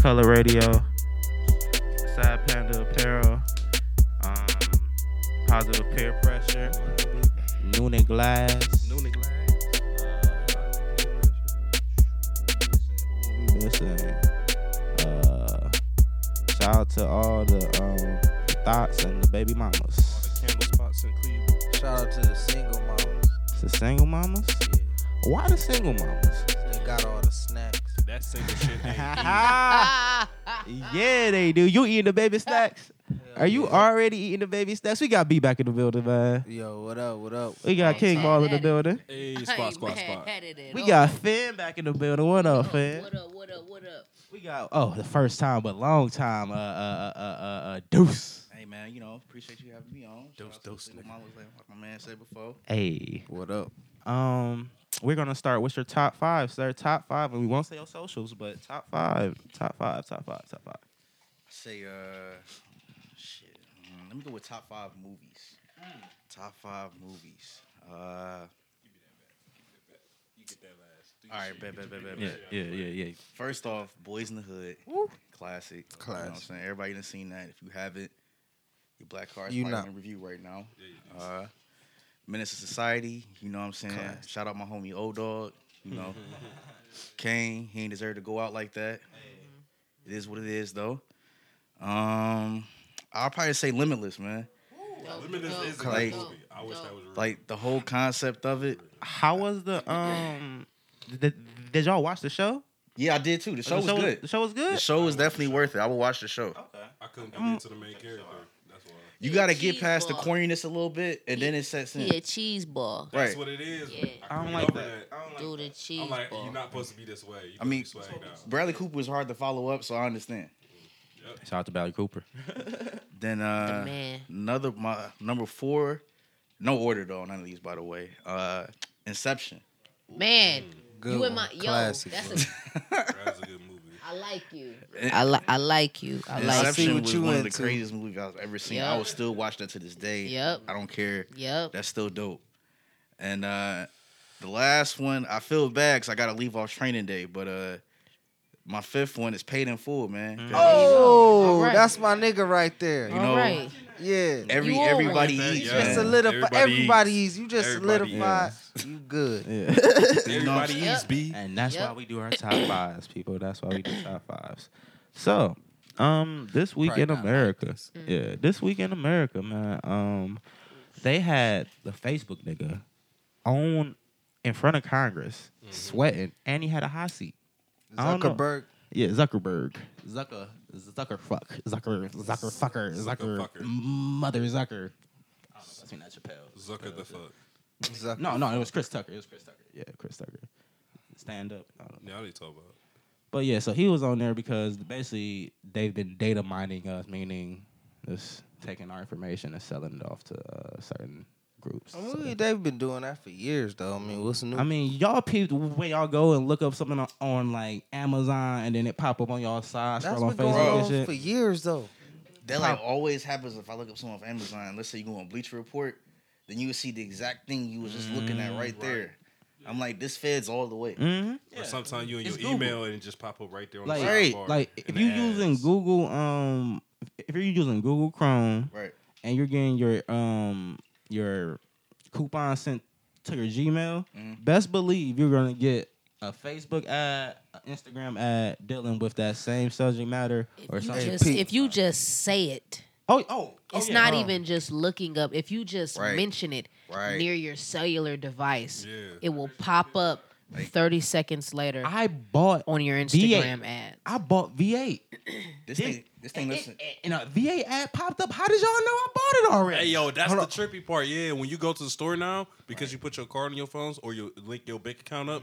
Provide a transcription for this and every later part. Color Radio, Side Panda Apparel, um, Positive Peer Pressure, Noonan Glass. Noonan Glass. Listen, uh, shout out to all the um, thoughts and the baby All mamas. the candle spots in Cleveland. Shout out to the single moms. The single mamas? Yeah, Why the single mamas? they got all the snacks. That single shit. ain't easy. Ah. yeah, they do. You eating the baby snacks? Are you Yeah. already eating the baby snacks? We got B back in the building, man. Yo, what up? What up? We got Hey, King Tom Ball in the Daddy. building. Hey, squat, squat, squat. We got Finn back in the building. What up, Finn? Oh, What up? What up? What up? We got oh the first time but long time. Uh uh uh uh, uh Deuce. Hey man, you know, appreciate you having me on. Shout Dose, out to dose, Single nigga. Mamas, like like my man said before. Hey. What up? Um, we're gonna start with your top five, sir. Top five, and we won't say your socials, but top five, top five, top five, top five. I say, uh, shit. mm, let me go with top five movies. Top five movies. Uh, You get that last. Do all right, shit. bet, bet, bet, bet, Yeah, bet. yeah, yeah, yeah. First off, Boys in the Hood, Woo. classic. You know what I'm Classic. saying? Everybody done seen that. If you haven't, your black card You you know. in review right now. Uh, Menace to Society, you know what I'm saying? Classic. Shout out my homie Old Dog, you know. Kane, he ain't deserve to go out like that. It is what it is though. Um, I'll probably say Limitless, man. Limitless is a good Like- movie. I wish that was real. Like the whole concept of it. How was the um? Did, did y'all watch the show? Yeah, I did too. Oh, The show was good. Oh, The show was The good. show was definitely worth it. I would watch the show. I couldn't Mm. commit to the main character. That's why. You Yeah, got to get cheese past the ball. corniness a little bit, and then it sets in. He a cheese ball. Right. That's what it is. Yeah. I don't couldn't like get over that. I don't Do like the cheese I'm like, ball. you're not supposed to be this way. You I mean, be swagged out. Bradley Cooper was hard to follow up, so I understand. that. Shout out to Bradley Cooper. Then the uh, man. another my number four, no order though. None of these, by the way. Uh, Inception. Man, Good you in one. my yo. Classic That's a, That's a good movie. I like you. Eh. I like. I like you. I like. Inception see what was you one of the into. craziest movies I've ever seen. I Yup. would still watch that to this day. Yup. I don't care. Yep. That's still dope. And uh, the last one, I feel bad because I got to leave off training day, but uh, my fifth one is Paid in Full, man. Oh, Alright. that's my nigga right there. You know, All right. Yeah. Every You old. everybody Yeah. eats. You Yeah. just man. solidified. Everybody Everybody, eats. eats. You just Everybody solidified. You good. Yeah. Everybody Yup. eats B. and that's why Yep. we do our top fives, people. That's why we do top fives. So, um, this week Probably in not like America, yeah, this Mm. week in America, man, um, they had the Facebook nigga on in front of Congress, sweating, and he had a hot seat. I don't know. Zuckerberg. Yeah, Zuckerberg. Zucker. Zucker fuck. Zucker. Zucker fucker. Zucker. Zucker fucker. Mother Zucker. I don't know if that's me, not Chappelle. Zucker the fuck. Zucker. No, no, it was Chris Tucker. It was Chris Tucker. Yeah, Chris Tucker. Stand up. I don't know. Now they talk about. But yeah, so he was on there because basically they've been data mining us, meaning just taking our information and selling it off to uh, certain groups. I So- mean, they've been doing that for years, though. I mean, what's Oh, new? I mean, y'all people when y'all go and look up something on, on like Amazon and then it pop up on y'all side, that's scroll on been going Facebook and on shit. for years, though. That like always happens if I look up something off Amazon. Let's say you go on Bleacher Report, then you would see the exact thing you was just looking at right there. I'm like, this feds all the way. Mhm. Or sometimes you in your It's Google. email and it just pop up right there on Like- the Right. sidebar Like in if the you ads. using Google, um, if you're using Google Chrome Right. and you're getting your um your coupon sent to your Gmail, Mhm. best believe you're gonna get a Facebook ad, an Instagram ad dealing with that same subject matter or If you something. just Pete. if you just say it, oh, oh, oh, it's yeah. not Um, even just looking up. If you just Right. mention it Right. near your cellular device, Yeah. it will pop up Like- 30 seconds later I bought on your V8. Instagram ad. I bought V8 This thing this thing listen. and a V8 ad popped up. How did y'all know I bought it already? Hey yo, that's Hold the on. trippy part. Yeah, when you go to the store now because you put your card on your phones or you link your bank account up,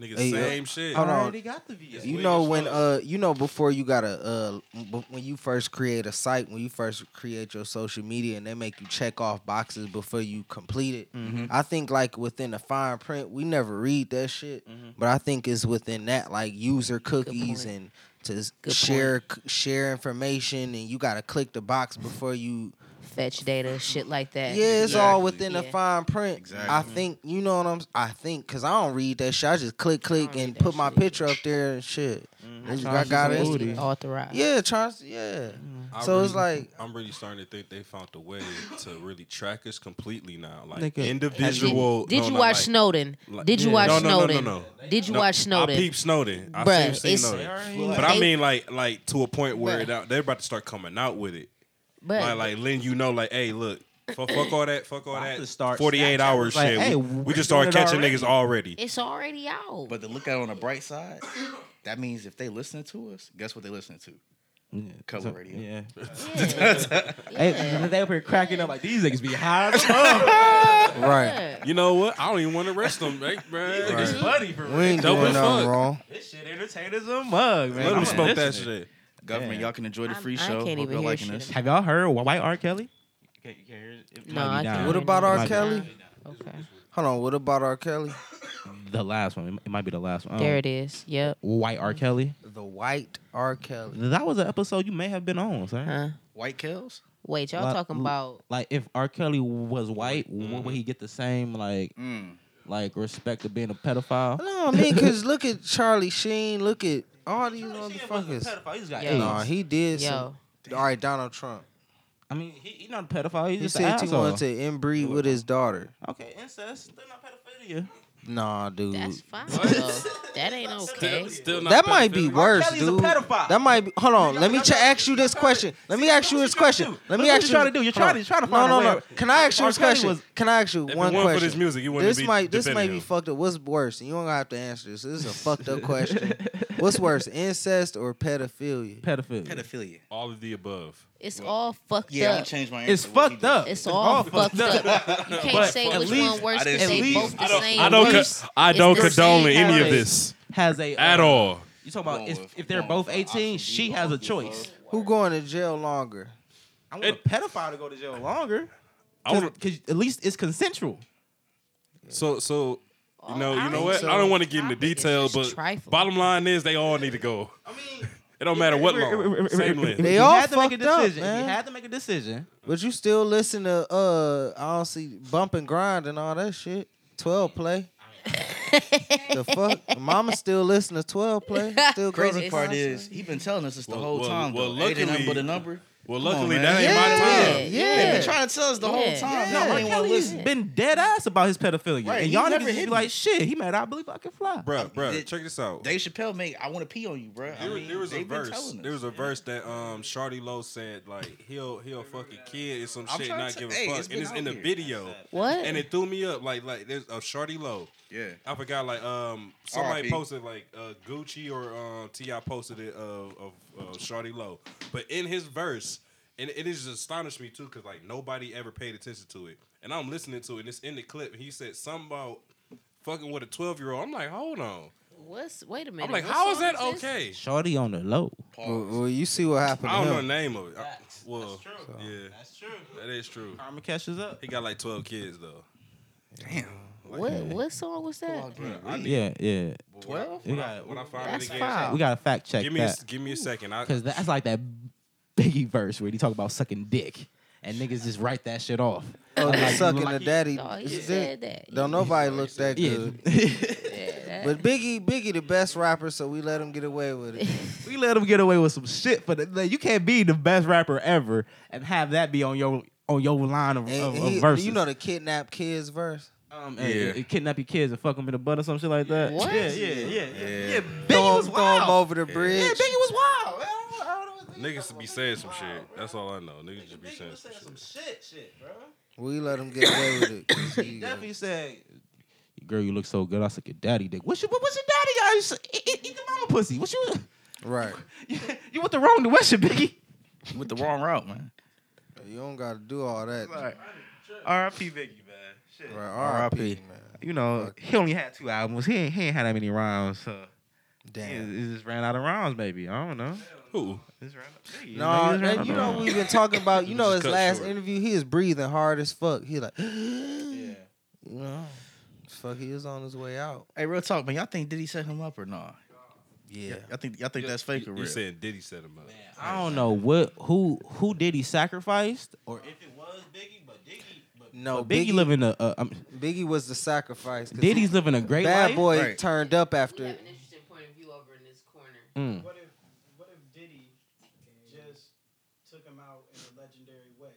nigga, Hey, yo. same shit. Mm-hmm. I Hold on. already got the V8. You Weird know as when fuck. uh you know before you gotta uh b- when you first create a site when you first create your social media and they make you check off boxes before you complete it. I think like within the fine print we never read that shit, but I think it's within that like user cookies point. and to s- Good share c- share information and you gotta click the box before you. Fetch data, shit like that. Yeah, it's all Exactly. within the Yeah. fine print. I Exactly. think you know what I'm. s- I think because I don't read that shit. I just click click read and that put my shit either. picture up there and shit. They just Charge got, got is it. booty. Authorized. Yeah, Charles. Yeah. I So it's really- like- I'm really starting to think they found a way to really track us completely now, like Nigga, Did you, individual. did no, you not watch like- Snowden? like- Did you Yeah. watch No, no, no, no, Snowden? no. Did you No, watch Snowden? I peep Snowden. I Bruh, seen, seen it's- Snowden. Like, But I They- mean, like, like to a point where Bruh. it out, they're about to start coming out with it. But like, like letting you know, like, hey, look, fuck, fuck all that, fuck all I could that. start Forty-eight Snapchat hour was like, shit. hey, we, we we're just started doing it catching niggas already. it's already out. But to look at it on the bright side, that means if they listen to us, guess what they listening to? Yeah. Cover radio. Yeah. yeah. Hey, they up here cracking up like these niggas be high. as Right. You know what? I don't even want to arrest them, right, bruh? fuck. Just funny for We ain't Dope doing as nothing fuck. wrong. This shit entertained as a mug, man. Let I'm them smoke that listening. shit. Government, Yeah. y'all can enjoy the I'm- I free show. can't Hope even y'all hear liking shit this. anymore. Have y'all heard White R. Kelly? No, I Might be can't. down. What about Might R. be Kelly? Okay. Hold on. What about R. Kelly? The last one. It might be the last one. Um, There it is. Yep. White R. Kelly. The white R. Kelly. That was an episode you may have been on, sir. Huh. White Kells? Wait, y'all Lot- talking l- about Like if R. Kelly was white, w- would he get the same like Mm. like respect of being a pedophile? No, I mean, cause look at Charlie Sheen. Look at all these motherfuckers. Yeah. AIDS. Nah, he did. yo? Some, all right, Donald Trump. I mean, he, he not a pedophile. He's He just said an he asshole. wanted to inbreed with his daughter. Okay, incest. They're not pedophilia. Nah, dude. That's fine. though. That ain't okay. Still, still not that might be pedophilic. worse, Kelly's a dude. pedophile. That might be. Hold on. Look, Let me look, ch- look, ask you look, this look, question. look. Let See, me that's ask you what this you trying to question. do. Let me Look what ask you you trying to do. You're hold trying on. to- you're trying to No, find a no, way no. of- Can I ask you R. this Kelly question? was- Can I ask you If one it weren't for question? this music, you wouldn't This be might this might defending be him. fucked up. What's worse? You don't have to answer this. This is a fucked up question. What's worse, incest or pedophilia? Pedophilia. Pedophilia. all of the above. It's all fucked Yeah, I'm up. gonna change my answer. It's What he fucked did. up. It's all fucked up. You can't But say at which least- one worse I didn't because see they it. both I the don't- same. I don't, worst. co- I It's don't the condone same any of colors. this Has a at uh, all. You talking about Going if, with- if they're going both with option 18, B, she going has a with choice. Who going to jail longer? I want a pedophile to go to jail longer. I wanna- Because at least it's consensual. So so you know you know think what? so. I don't want to get into I think it's detail, just but trifling. bottom line is they all need to go. I mean, it don't matter what law. Same length. They If you all had to make a fucked up, decision. if man. You had to make a decision. But you still listen to uh I don't see bump and grind and all that shit. Twelve play. the fuck? Mama still listen to twelve play. Still go Crazy to part concert. is he been telling us this the Well, whole well, time. well, though. Ain't it nothing luckily- but a number. Well, Come on, luckily man. that ain't my Yeah, time. They yeah. been trying to tell us the Yeah. whoole time. No, No, R. they want to Kelly's listen. been dead ass about his pedophilia. Right, And he y'all never niggas hit be me. like, shit, he mad. I believe I can fly. Bruh, bruh, Did- check this out. Dave Chappelle made I want to pee on you, bro. I There, mean, there was a they've been verse. telling us. There was a verse that um Shardy Lowe said like he'll he'll fuck a kid or some I'm shit trying not to- give a hey, fuck, it's and it's been in the out here. video, What? and it threw me up like like there's a Shardy Lowe. yeah. I forgot like um somebody R.I.P. posted like uh, Gucci or um Ti posted it of of uh, Shawty Low, but in his verse, and it is just astonished me too because like nobody ever paid attention to it, and I'm listening to it, and it's in the clip, and he said something about fucking with a twelve year old. I'm like, hold on, What's? Wait a minute. I'm like, what how is song that this? okay? Shorty on the low. Well, Pause. well, you see what happened I don't to know the him. name of it. I, well, yeah, that's true. That is true. Karma catches up. He got like twelve kids though. Damn. What? What song was that? I need- Yeah, yeah. Twelve? When I, when I find That's it again, foul. We gotta fact check give me a, that. s- give me a second. I, Because that's like that Biggie verse where he talk about sucking dick, and niggas just write that shit off. Oh, the Like, sucking like- the daddy. Oh, he This is said it. that. Don't nobody look that Yeah, good. But Biggie, Biggie, the best rapper, so we let him get away with it. we let him get away with some shit, but like, you can't be the best rapper ever and have that be on your on your line of, And of, he- of verses. you know the kidnap kids verse. um, and- Yeah. and kidnap your kids and fuck them in the butt or some shit like that. What? Yeah, yeah, yeah, yeah. Yeah. yeah Throw Biggie was him, throw him wild. over the Yeah, bridge. Biggie was wild. man. I don't- I don't know what niggas be saying some shit. That's all I know. Niggas just be Biggie saying was some saying shit. some shit, shit, bro. We let him get away with it. 'cause He he- definitely said, "Girl, you look so good." I said, "Your daddy dick. What's your what- what's your daddy got? You s- Eat, eat, eat your mama pussy. What you right. you, you went the wrong direction, Biggie." You went the wrong route, man. You don't got to do all that. Right. R.I.P. Biggie, man. Shit. R.I.P. Man. You know he only had two albums. He ain't, he ain't had that many rounds, so he, Damn. he just ran out of rounds. Maybe I don't know. Who? Just ran out- No, Biggie, he just ran that- out you of know rounds. we've been talking about. You know Just his cut last short. interview, he is breathing hard as fuck. He like, yeah, you know, fuck, he is on his way out. Hey, real talk, man. Y'all think Diddy set him up or not? Yeah, Y'all think y'all think that's fake or You real? said Diddy set him up. I don't know what who who did he sacrificed or if it was Biggie, but Biggie. no, Biggie, Biggie, living a, a um, Biggie was the sacrifice. 'cause Diddy's living a great bad life. boy Right. turned up after. interesting point of view over in this corner. Mm. What if what if Diddy just took him out in a legendary way?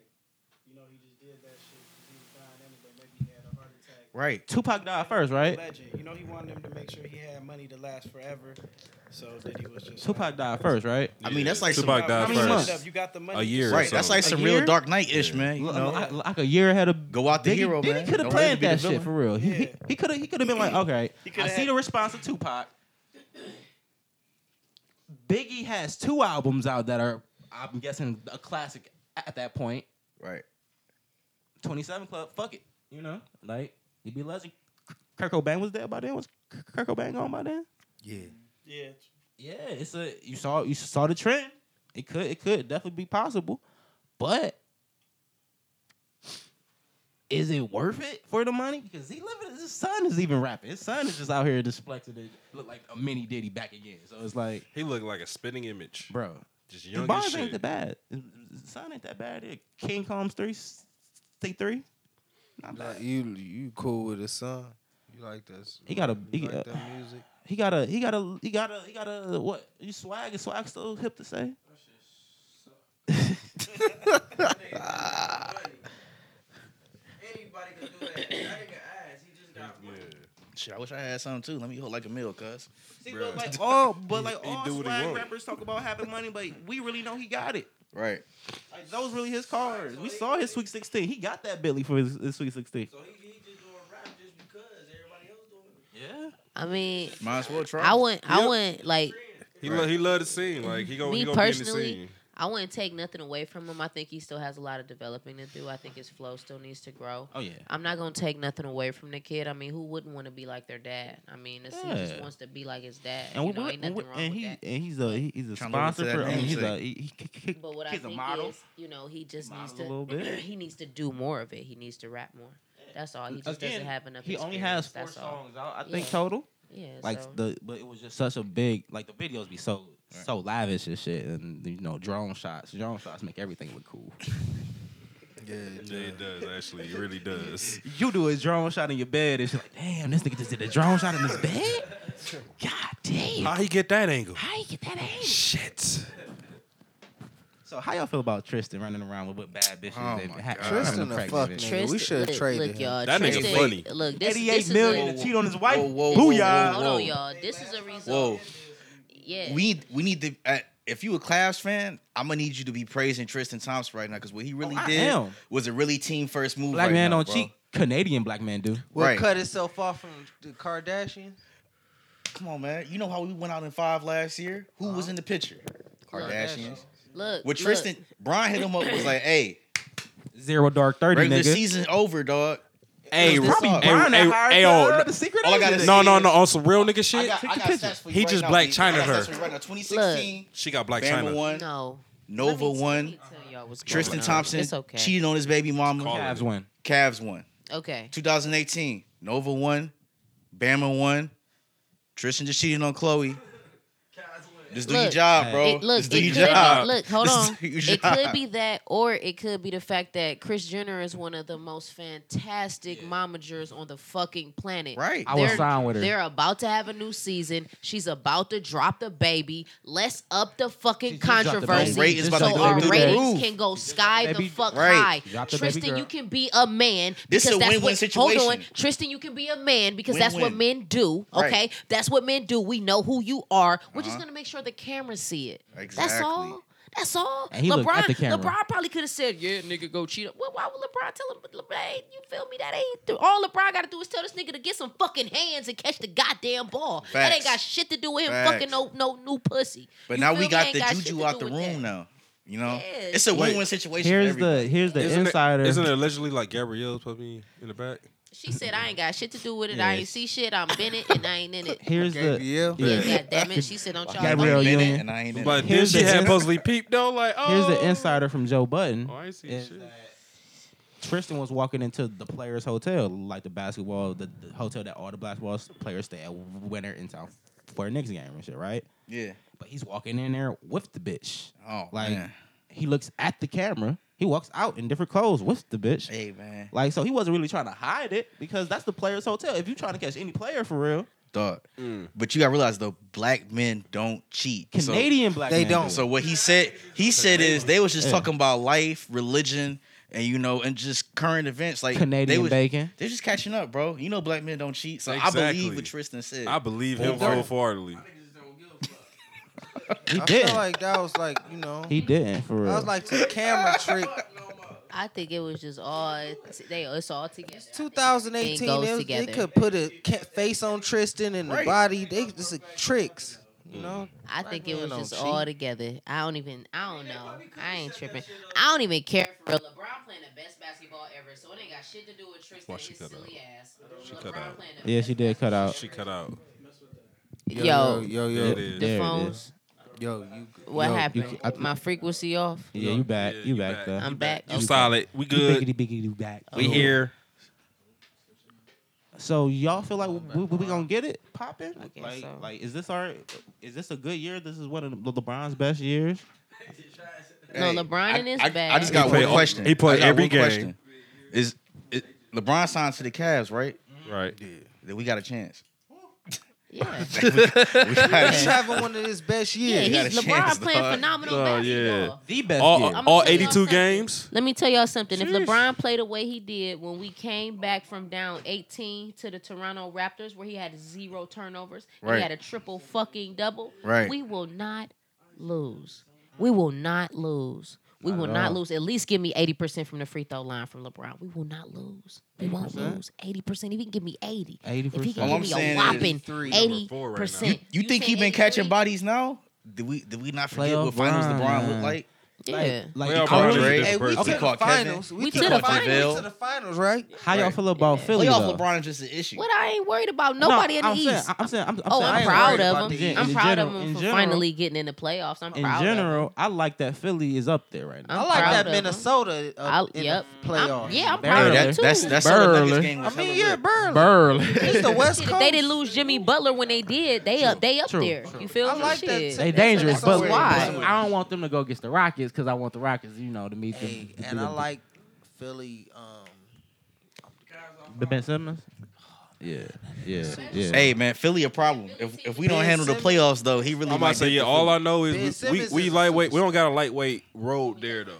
You know, he just did that shit 'cause he was dying anyway. Maybe he had a heart attack. Right. Tupac died first, right? Legend. You know, he wanted him to make sure he had money to last forever. So Diddy was just like, Tupac died first, right? I mean, that's like some- Tupac How died many first. months up? You got the money. A year. Right. That's So- like A some year? real Dark Knight ish, man. You L- know, like, like a year ahead of go out the Diddy, hero, Diddy man. could have Don't let it planned be the that shit villain. for real. He Yeah. he could have he could have been like, okay, He coulda I see had- the response of Tupac. Biggie has two albums out that are, I'm guessing, a classic at that point. Right. 27 Club, fuck it. You know, like he'd be legend. Kirk Cobain was dead by then. Was Kirk Cobain gone by then? Yeah. Yeah. Yeah, it's a you saw you saw the trend. It could it could definitely be possible, but is it worth it for the money? Because he living his son is even rapping. His son is just out here displexing it, look like a mini Diddy back again. So it's like, He looked like a spitting image. bro, Just the young as bars ain't shit. that bad. His son ain't that bad. either. King Combs three, C three, not Like, bad. you you cool with the son? You like this? He got a- You he- like uh, that music? He got a he got a he got a he got a what? You swag is swag still hip to say? Anybody could do that. That nigga ass. He just got Yeah. Shit, I wish I had some too. Let me hold like a mill, cuz. See, but Bruh. like all, but like He all do what he swag want. rappers talk about having money, but we really know he got it. Right. Like those really his cars. We saw his Sweet Sixteen. He got that Billy for his, his Sweet Sixteen. So he, he just doing rap just because everybody else doing it. Yeah, I mean, Might as well try. I wouldn't. I Yep. wouldn't like. He lo- he loved the scene. Like he go Me he go be in the personally, scene. I wouldn't take nothing away from him. I think he still has a lot of developing to do. I think his flow still needs to grow. Oh yeah. I'm not gonna take nothing away from the kid. I mean, who wouldn't want to be like their dad? I mean, it's, he just Yeah. wants to be like his dad. And, you we, know, we- ain't nothing we- wrong and with he that. and he's a he, he's a Tryna live up to sponsor that for. I mean, he's a namesake. he, he, he, But what I he's a think model. is, you know, he just needs Model a to little bit. he needs to do more of it. He needs to rap more. That's all. He just Again, doesn't have enough. He only experience. has four That's all. songs out, I Yeah. think total. Yeah, Like so. the but it was just such a big like the videos be so Right. so lavish and shit and you know drone shots drone shots make everything look cool. Yeah, Yeah, it does actually. It really does. you do a drone shot in your bed and she's like, damn, this nigga just did a drone shot in his bed? God damn. How he get that angle? how you get that age? Shit. So how y'all feel about Tristan running around with, with bad bitches? Oh and my ha- having God. Tristan them a fuck pregnant bitches? nigga. We should've look, traded Look, him. y'all, That nigga Tristan, funny. Look, this, this Eighty-eight is million A, to cheat on his wife. Whoa, whoa, whoa, Booyah. hold whoa. on, y'all. This is a result. Whoa. We need we need to. Uh, if you a Cavs fan, I'm gonna need you to be praising Tristan Thompson right now because what he really Oh, I did am. was a really team first move. Black right man now, don't bro. cheat. Canadian black man do. What Right. cut itself off from the Kardashians? Come on, man. You know how we went out in five last year? Who was in the picture? Kardashians. Look, With Uh-huh. look, Tristan, Brian hit him up was like, "Hey, Zero dark thirty, regular nigga. season over, dog. Hey, What's this Robbie song? Brown Hey, that hey, hired hey, her, oh, the secret all I agent. gotta No, see no, is- no. On some real nigga I shit. got, I Take a got picture. stats for you He right just now, Black B. China I got her. stats for you right now. 2016, She got Black Bama China. one, No. Let Nova me- let one, me tell y'all what's Tristan going on. Thompson It's okay. cheating on his baby Call mama. Cavs win. Cavs one. Okay. 2018, Nova one, Bama one. Tristan just cheating on Chloe. Just do your Look, job, bro. It, look, just it do could your be, job. look, hold Just on. do your It could job. be that, or it could be the fact that Chris Jenner is one of the most fantastic momagers on the fucking planet. Right. I would They're- sign with her. They're about to have a new season. She's about to drop the baby. Let's up the fucking She just dropped the baby. controversy Rate is about so to go our through the ratings roof. can go sky the baby- fuck Right. She high. dropped the baby Tristan, girl. you can be a man. This because a that's win-win what- Hold on. situation. Tristan, you can be a man because that's what Win-win. men do. Okay. Right. That's what men do. We know who you are. We're just Uh-huh. gonna make sure the cameras see it. That's Exactly. all. That's all. And he looked LeBron, at the camera. LeBron probably could have said, "Yeah, nigga, go cheat." Well, why would LeBron tell him? LeBron, you feel me? That ain't th- all. LeBron got to do is tell this nigga to get some fucking hands and catch the goddamn ball. That ain't Facts. got shit to do with him Facts. fucking no no new pussy. But You now feel we me? got Ain't the shit to juju do out the with room that. now. You know, Yes. it's a Wait. win-win situation. Here's for everybody. the here's the Isn't it- insider. isn't it allegedly like Gabrielle's puppy in the back? She said, "I ain't got shit to do with it. I ain't Yes. see shit. I'm in it and I ain't in it." here's the Gabrielle. Yeah. God damn it! She said, "Don't y'all Gabrielle, like I'm you in in? it and I ain't in But it. then Here's she the had in- supposedly peeped though. Like, oh, here's the insider from Joe Button. Oh, I ain't see is shit. that Tristan was walking into the players' hotel, like the basketball, the, the hotel that all the basketball players stay at when they're in town for a Knicks game and shit, right? Yeah. But he's walking in there with the bitch. Oh, Like man. he looks at the camera, he walks out in different clothes with the bitch. Hey, man. Like so, he wasn't really trying to hide it because that's the players' hotel. If you trying to catch any player for real, thought. Mm. But you gotta realize though, black men don't cheat. So- Canadian black They men don't. do. So what he said, he said is they was just Yeah. talking about life, religion, and you know, and just current events. Like they Canadian was, bacon. they're just catching up, bro. You know, black men don't cheat. So I Exactly. believe what Tristan said. I believe him Don't- wholeheartedly. He I did. feel like that was like you know. he didn't for real. That was like the camera trick. I think it was just all they. It's all together. I think. 2018. goes It, was- together. they could put a ca- face on Tristan and the Right. body. They just like, tricks. You know. I think it man was don't just cheat. all together. I don't even. I don't know. I ain't tripping. I don't even care for real. LeBron playing the best basketball ever, so it ain't got shit to do with Tristan Why and she his cut out? silly ass. She LeBron cut out. playing the yeah, best she did cut out. She cut out. Yo, yo, Yeah, yo, it yo, is. the There it phones. yo, you. What yo, happened? you- I- My frequency off. Yeah, you back. Yeah, you back though. Oh. I'm back. You Okay. solid. We You good. biggity biggity back. we here. So y'all feel like we, we, we gonna get it popping? Oh, I guess Like, so. like is this our? Is this a good year? This is one of Le- LeBron's best years. No, LeBron I- in his I, bag. I just got He one played- question. he played I got every one game. question. Is it, LeBron signed to the Cavs, right? Right. Then we got a chance. Yeah. We got a He's chance. having one of his best Yeah, years. got he's a chance, LeBron playing dog. phenomenal Oh, yeah. basketball. The best All, I'ma all tell y'all 82 something. games. Let me tell y'all something. If LeBron played the way he did when we came back from down 18 to the Toronto Raptors, where he had zero turnovers, Right. he had a triple fucking double. Right. We will not lose. We will not lose. We Not will at not all. lose. At least give me 80% from the free throw line from LeBron. We will not lose. We won't 80%? lose. 80%. If he can give me 80. eighty If he percent. can All give I'm me a saying is whopping three, number four 80%. right now. You think he said been catching 83? bodies now? Did we did we not forget Playoff what finals run. LeBron looked like? Yeah. Like Well, the bro, Cardinals- Andre. Hey, Hey, we Person. to the Caught Kevin. finals. We took to the finals. We to the finals, right? How y'all Right. feel about Yeah. Philly? Playoff though? LeBron is just an issue. What I ain't worried about nobody no, in the I'm East. Saying, I'm saying. I'm, I'm oh, saying, I I'm ain't proud worried of about the- him. in I'm proud general- of in him for general- finally getting in the playoffs. I'm In proud of him. general, I like that Philly is up there right now. I'm I like proud that of him. Minnesota uh, I'll- in yep. the playoffs. I'm, yeah, I'm Hey, proud Hey, of that, him Burley. too. that's that's Southern Nuggets Burley. game I was hella mean, yeah, lit. Burley. It's the West Shit, Coast. if they didn't lose Jimmy Butler when they did. They up. They up True, there. true. You feel I me? like that Shit. too. They That's- dangerous, that's but always why? good. I don't want them to go against the Rockets because I want the Rockets, you know, to meet them. Hey, to and be I the- like Philly. Um, the Ben Simmons. Yeah, yeah, yeah. Hey man, Philly a problem. If if we don't Ben handle the Simmons. playoffs though, he really I'm about might to say, get yeah, the all Philly. I know Ben is we, Simmons we, we is a lightweight. We don't got a lightweight road there, though.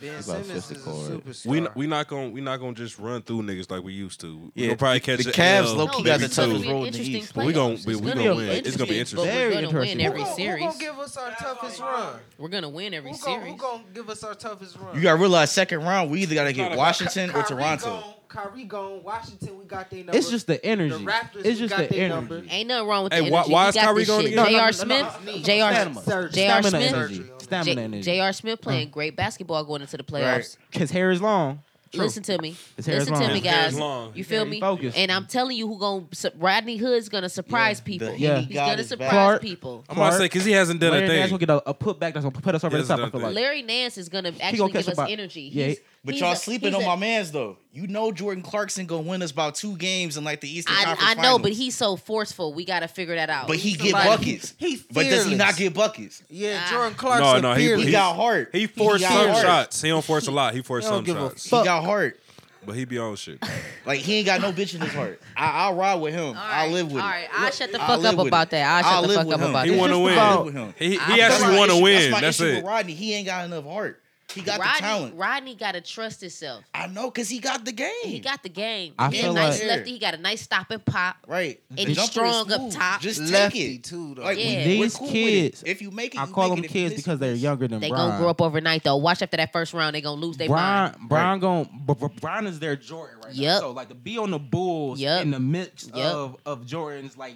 ben about Simmons is a 50 chord. superstar. We we not gonna we not gonna just run through niggas like we used to. We Yeah, gonna probably the- catch the a Cavs L, low-key got the maybe two. toughest road in the East. But we gonna- we- we gonna win. It's gonna be interesting. We're Very gonna interesting. win Who who every gonna, who series. gonna give us our toughest run? We're gonna win every Who gonna, who series. gonna give us our toughest run? You gotta realize second round, we either gotta It's not get about- Washington or Kyrie Toronto. Gone, Kyrie gone. Washington, we got their number. It's just the energy. Raptors, it's we just got the their energy. number. Ain't nothing wrong with Hey, the why- energy. why We is got Kyrie this going shit. to- No, no, J.R. no, no, no, no, no. Smith. J.R. Stamina. Surgery. J.R. Stamina Smith. energy. Stamina J- energy. J.R. Smith playing great basketball going into the playoffs. His hair is long. Listen to me. His hair is Listen to long. me, His hair is guys. long. You feel He me? focused. And I'm telling you, who gonna su- Rodney Hood's gonna surprise Yeah, the- people. Yeah. He's God gonna is back. surprise Clark. people. I'm about to say because he hasn't done Larry a Nance will thing. get a, a putback that's gonna put us over Yes, the top. I done feel thing. like. Larry Nance is gonna actually gonna catch give us about- energy. Yeah, He's- But he's y'all a- sleeping he's on a- my man's though. You know Jordan Clarkson gonna win us about two games in like the Eastern I, Conference I know, but Finals. he's so forceful. We gotta figure that out. but he He's get like- buckets. He fearless. But does he not get buckets? Yeah, Ah. Jordan No, Clarkson. no, he- fearless. He He's- got heart. He forced got some hard. shots. He don't force a lot. He forced He don't some give a shots, He fuck. got heart. but he be on shit. Like he ain't got no bitch in his heart. I, I'll ride with him. All I'll right, live with All him. right, I'll shut the I'll fuck live up with about it. that. I'll shut I'll the live fuck with up him. about He It's that. want to just win. about- with him. He, he I- That's actually my want to issue- win. That's my That's issue with it. Rodney. He ain't got enough heart. He got the Rodney, talent. Rodney gotta trust himself. I know, cause he got the game. He got the game. I He a feel nice like- lefty. He got a nice stop and pop. right. And The he's jumper is strong up smooth. top. Just lefty take it. too. Though. Like Yeah. we, These are cool kids- With it. If you make it, I you call make them it. If you kids miss, because you they're miss. younger than They Brian. gonna grow up overnight though. Watch after that first round, they gonna lose their Brian, mind. Brian gon' Br- Br- Brian is their Jordan right now. Yep. So like to be on the Bulls Yep. in the midst Yep. of of Jordan's like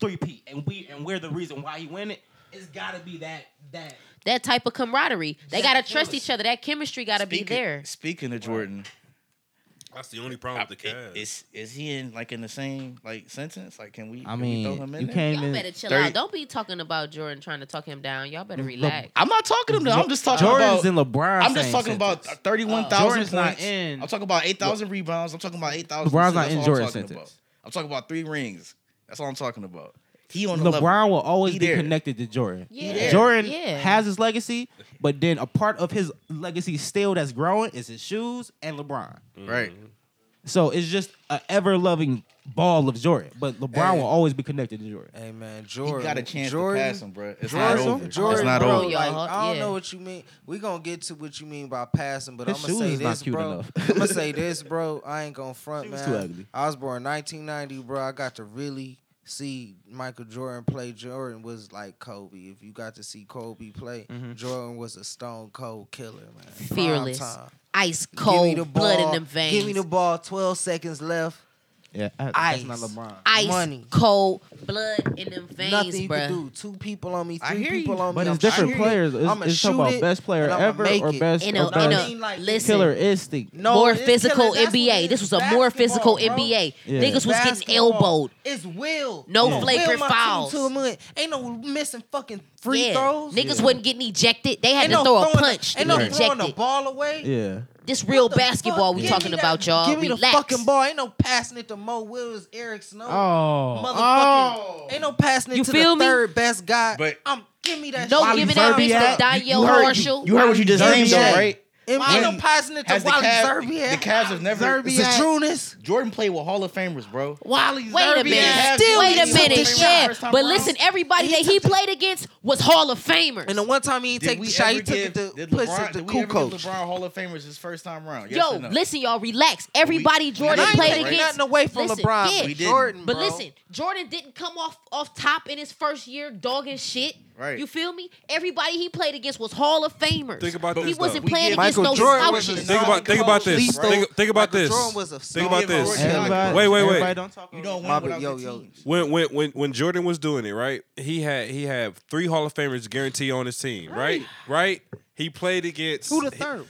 three P and we and we're the reason why he win it. It's gotta be that that That type of camaraderie. They gotta trust Zephyrus. each other. That chemistry gotta be Speaking- there. Speaking of Jordan, That's the only problem with the I- Cavs. is is he in like in the same like sentence? Like, can we? I can we throw him mean in you there? can't Y'all even better chill Thirty- out. Don't be talking about Jordan trying to talk him down. Y'all better relax. I'm not talking to him. though. I'm just talking Jordan's about. and LeBron. I'm just talking about 31,000 Jordan's not points. in. I'm talking about 8,000 rebounds. I'm talking about 8,000. LeBron's not assists. That's in all I'm Jordan's talking sentence. about. I'm talking about three rings. That's all I'm talking about. He on the level. LeBron will always He be there. connected to Jordan. Yeah. there. Jordan Yeah. has his legacy, but then a part of his legacy still that's growing is his shoes and LeBron. Right. So it's just an ever loving ball of Jordan. But LeBron Hey. will always be connected to Jordan. Hey man, He Jordan. got a chance Jordan, to pass him, bro. It's Jordan, not over. Jordan, it's not bro, over. Like, Y'all, I don't yeah. know what you mean. We gonna get to what you mean by passing, but His I'm gonna shoes say is not this, cute bro. enough. I'm gonna say this, bro. I ain't gonna front, Shoes man. too ugly. I was born 1990, bro. I got to really see Michael Jordan play. Jordan was like Kobe. If you got to see Kobe play, Mm-hmm. Jordan was a stone cold killer, man. Prime Fearless. time. Ice Give me cold the blood in ball. them veins. Give me the ball. 12 seconds left. Yeah, I, Ice. that's not LeBron. ice money. cold blood in them veins, Nothing you bruh. can do. Two people on me. I Three hear you, people on But me. it's I'm different shooting. players. It's, I'ma it's talking shoot about it, best player and I'ma ever make or it. best, In or a, best in I a mean, like, listen, killer instinct. No, more it's physical killing. That's what it NBA. is. This was a more Basketball, physical bro. NBA. Yeah. Niggas was getting Basketball. elbowed. It's will. No It's flagrant will my team fouls. To a million. Ain't no missing fucking free Yeah. throws. Niggas Yeah. wasn't getting ejected. They had Ain't to no throw a throwing the- punch to Ain't no get throwing the ejected. ball away. Yeah. This What real the fuck? basketball we Give talking me that- about, y'all. Give me Relax. the fucking ball. Ain't no passing it to Mo Wills, Eric Snow. Oh. Motherfucking. Ain't no passing it You to feel the me? third best guy. But- um, give me that. No shit. giving that bitch Zerbiak. to You Danielle heard, Marshall. you heard what you just named, though, Zerbiak. right? Ain't no When passing it to Has the, Wally Cavs, the Zerbiak. Cavs have never. Zerbiak. Jordan played with Hall of Famers, bro. Wally Wait a Zerbiak. minute. Still Wait a took the minute. shot. Yeah. First time But around. listen, everybody He that he took the- played against was Hall of Famers. And the one time he ain't Did take the we shot, he ever took give- it to did push LeBron- it to did we cool ever give coach. LeBron Hall of Famers his first time around. Yes Yo, or no? listen, y'all, relax. Everybody And Jordan I ain't played taking right? against. nothing away from Listen, LeBron. yeah. We didn't. Jordan, But bro. listen, Jordan didn't come off off top in his first year dogging shit. Right. You feel me? Everybody he played against was Hall of Famers. Think about he this, wasn't though. playing We against Michael no Jordan was slouches. a- Think about think about this. Lethal. Think, think about Michael this. Jordan was a Think about star. this. Everybody- Wait, wait, wait. Everybody don't talk You don't over- win Mamba, without yo, good yo. teams. When when when when Jordan was doing it, right? He had he had three Hall of Famers guaranteed on his team, right? Right? He played against Who the third?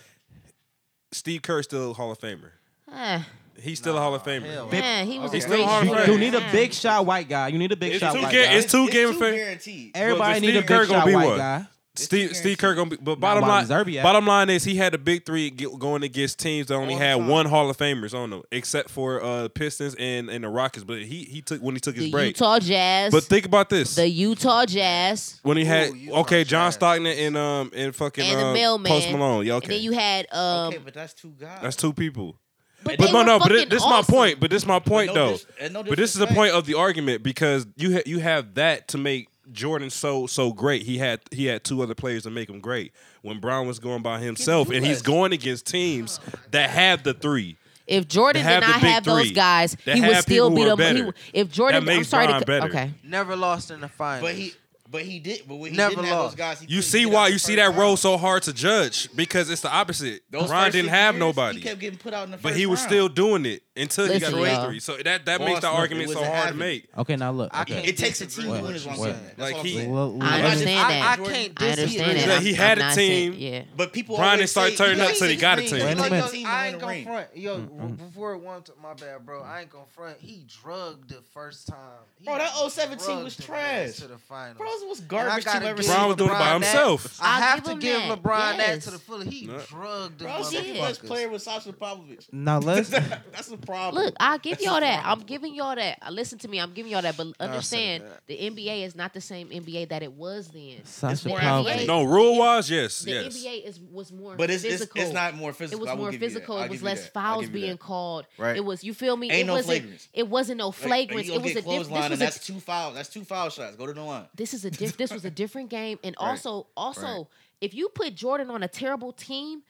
Steve Kerr, still Hall of Famer. Ah, He's still a Hall of Famer. hell Big- man, he was He's a still great Hall of shooter. Famer. You need a big shot white guy. You need a big It's shot two white ga- guy. it's two Game of two Fame. guaranteed. Everybody but need a Steve big Kerr shot gonna be white one. guy. Steve Steve Kerr gonna be, but bottom Nah, line, Bobby Zerbiak. bottom line is he had the big three g- going against teams that only All the had time. one Hall of Famers on them, except for uh Pistons and and the Rockets. But he he took when he took his The break. Utah Jazz. but think about this: the Utah Jazz. when he had Ooh, you okay are John trash. Stockton and um and fucking And the um, mailman. Post Malone. Yeah, okay, And then you had um. okay, but that's two guys. that's two people. but But they no, were no. But fucking it, this is awesome. my point. But this is my point no though. dis- and no but this is the disrespect. point of the argument because you ha- you have that to make Jordan so so great. He had he had two other players to make him great. When Brown was going by himself, two and he's less. going against teams that have the three. If Jordan They did have the not big have those three. guys, They he would have still people be who are the. He, better. would- if Jordan, That I'm makes sorry. Bron To, better. okay. Never lost in the finals. But he, but he did. But when he Never didn't have those lost. guys, he You couldn't see get out why the you see first that round. role so hard to judge because it's the opposite. Those Bron first didn't six have years, nobody, He kept getting put out in the first but he was round. still doing it until Listen, he got those y'all. three. So that that Boss makes the Nook, it argument so wasn't hard to happening. make. Okay, now look. I Okay. can't It takes a team to Wait, win, is what I'm wait. saying. That's Like what I'm he- saying. Well, I well, just- understand I- that. I I can't understand disagree. that. That I'm- he I'm had a not team. saying- Yeah. But people Bron always didn't start say- turning you up know, till he he's got a green. team. He's Wait a like, minute. yo, team I to win ain't the gonna ring. front. Yo, before it went to my bad, bro. I ain't gonna front. He drugged the first time. He Bro, that 07 team drugged was the trash. Bulls To the finals. Bro, this was And I garbage team gotta ever give seen. Bron was doing it by that. himself. I I'll have give to him give that. LeBron that Yes. to the fuller. He No. drugged the Bro, second best player motherfuckers. with Sasha Popovich. Now let's. That's the problem. Look, I'll give y'all that. I'm giving y'all that. Uh, Listen to me. I'm giving y'all that. But understand, that. the NBA is not the same NBA that it was then. Sasha more Pavlik. athletic. No rule wise, yes, The yes. NBA is was more But it's, it's, physical. it's not more It physical. was I will more give you that. physical. I'll It give was you that. less I'll fouls give you being that. called. Right. It was you feel me. Ain't it no wasn't. flagrants. It wasn't no Like, flagrants. you it gonna was get a clothesline different. This and was a that's two fouls. That's two foul shots. Go to the line. this is a diff- this was a different game and Right. also also if you put jordan on a terrible team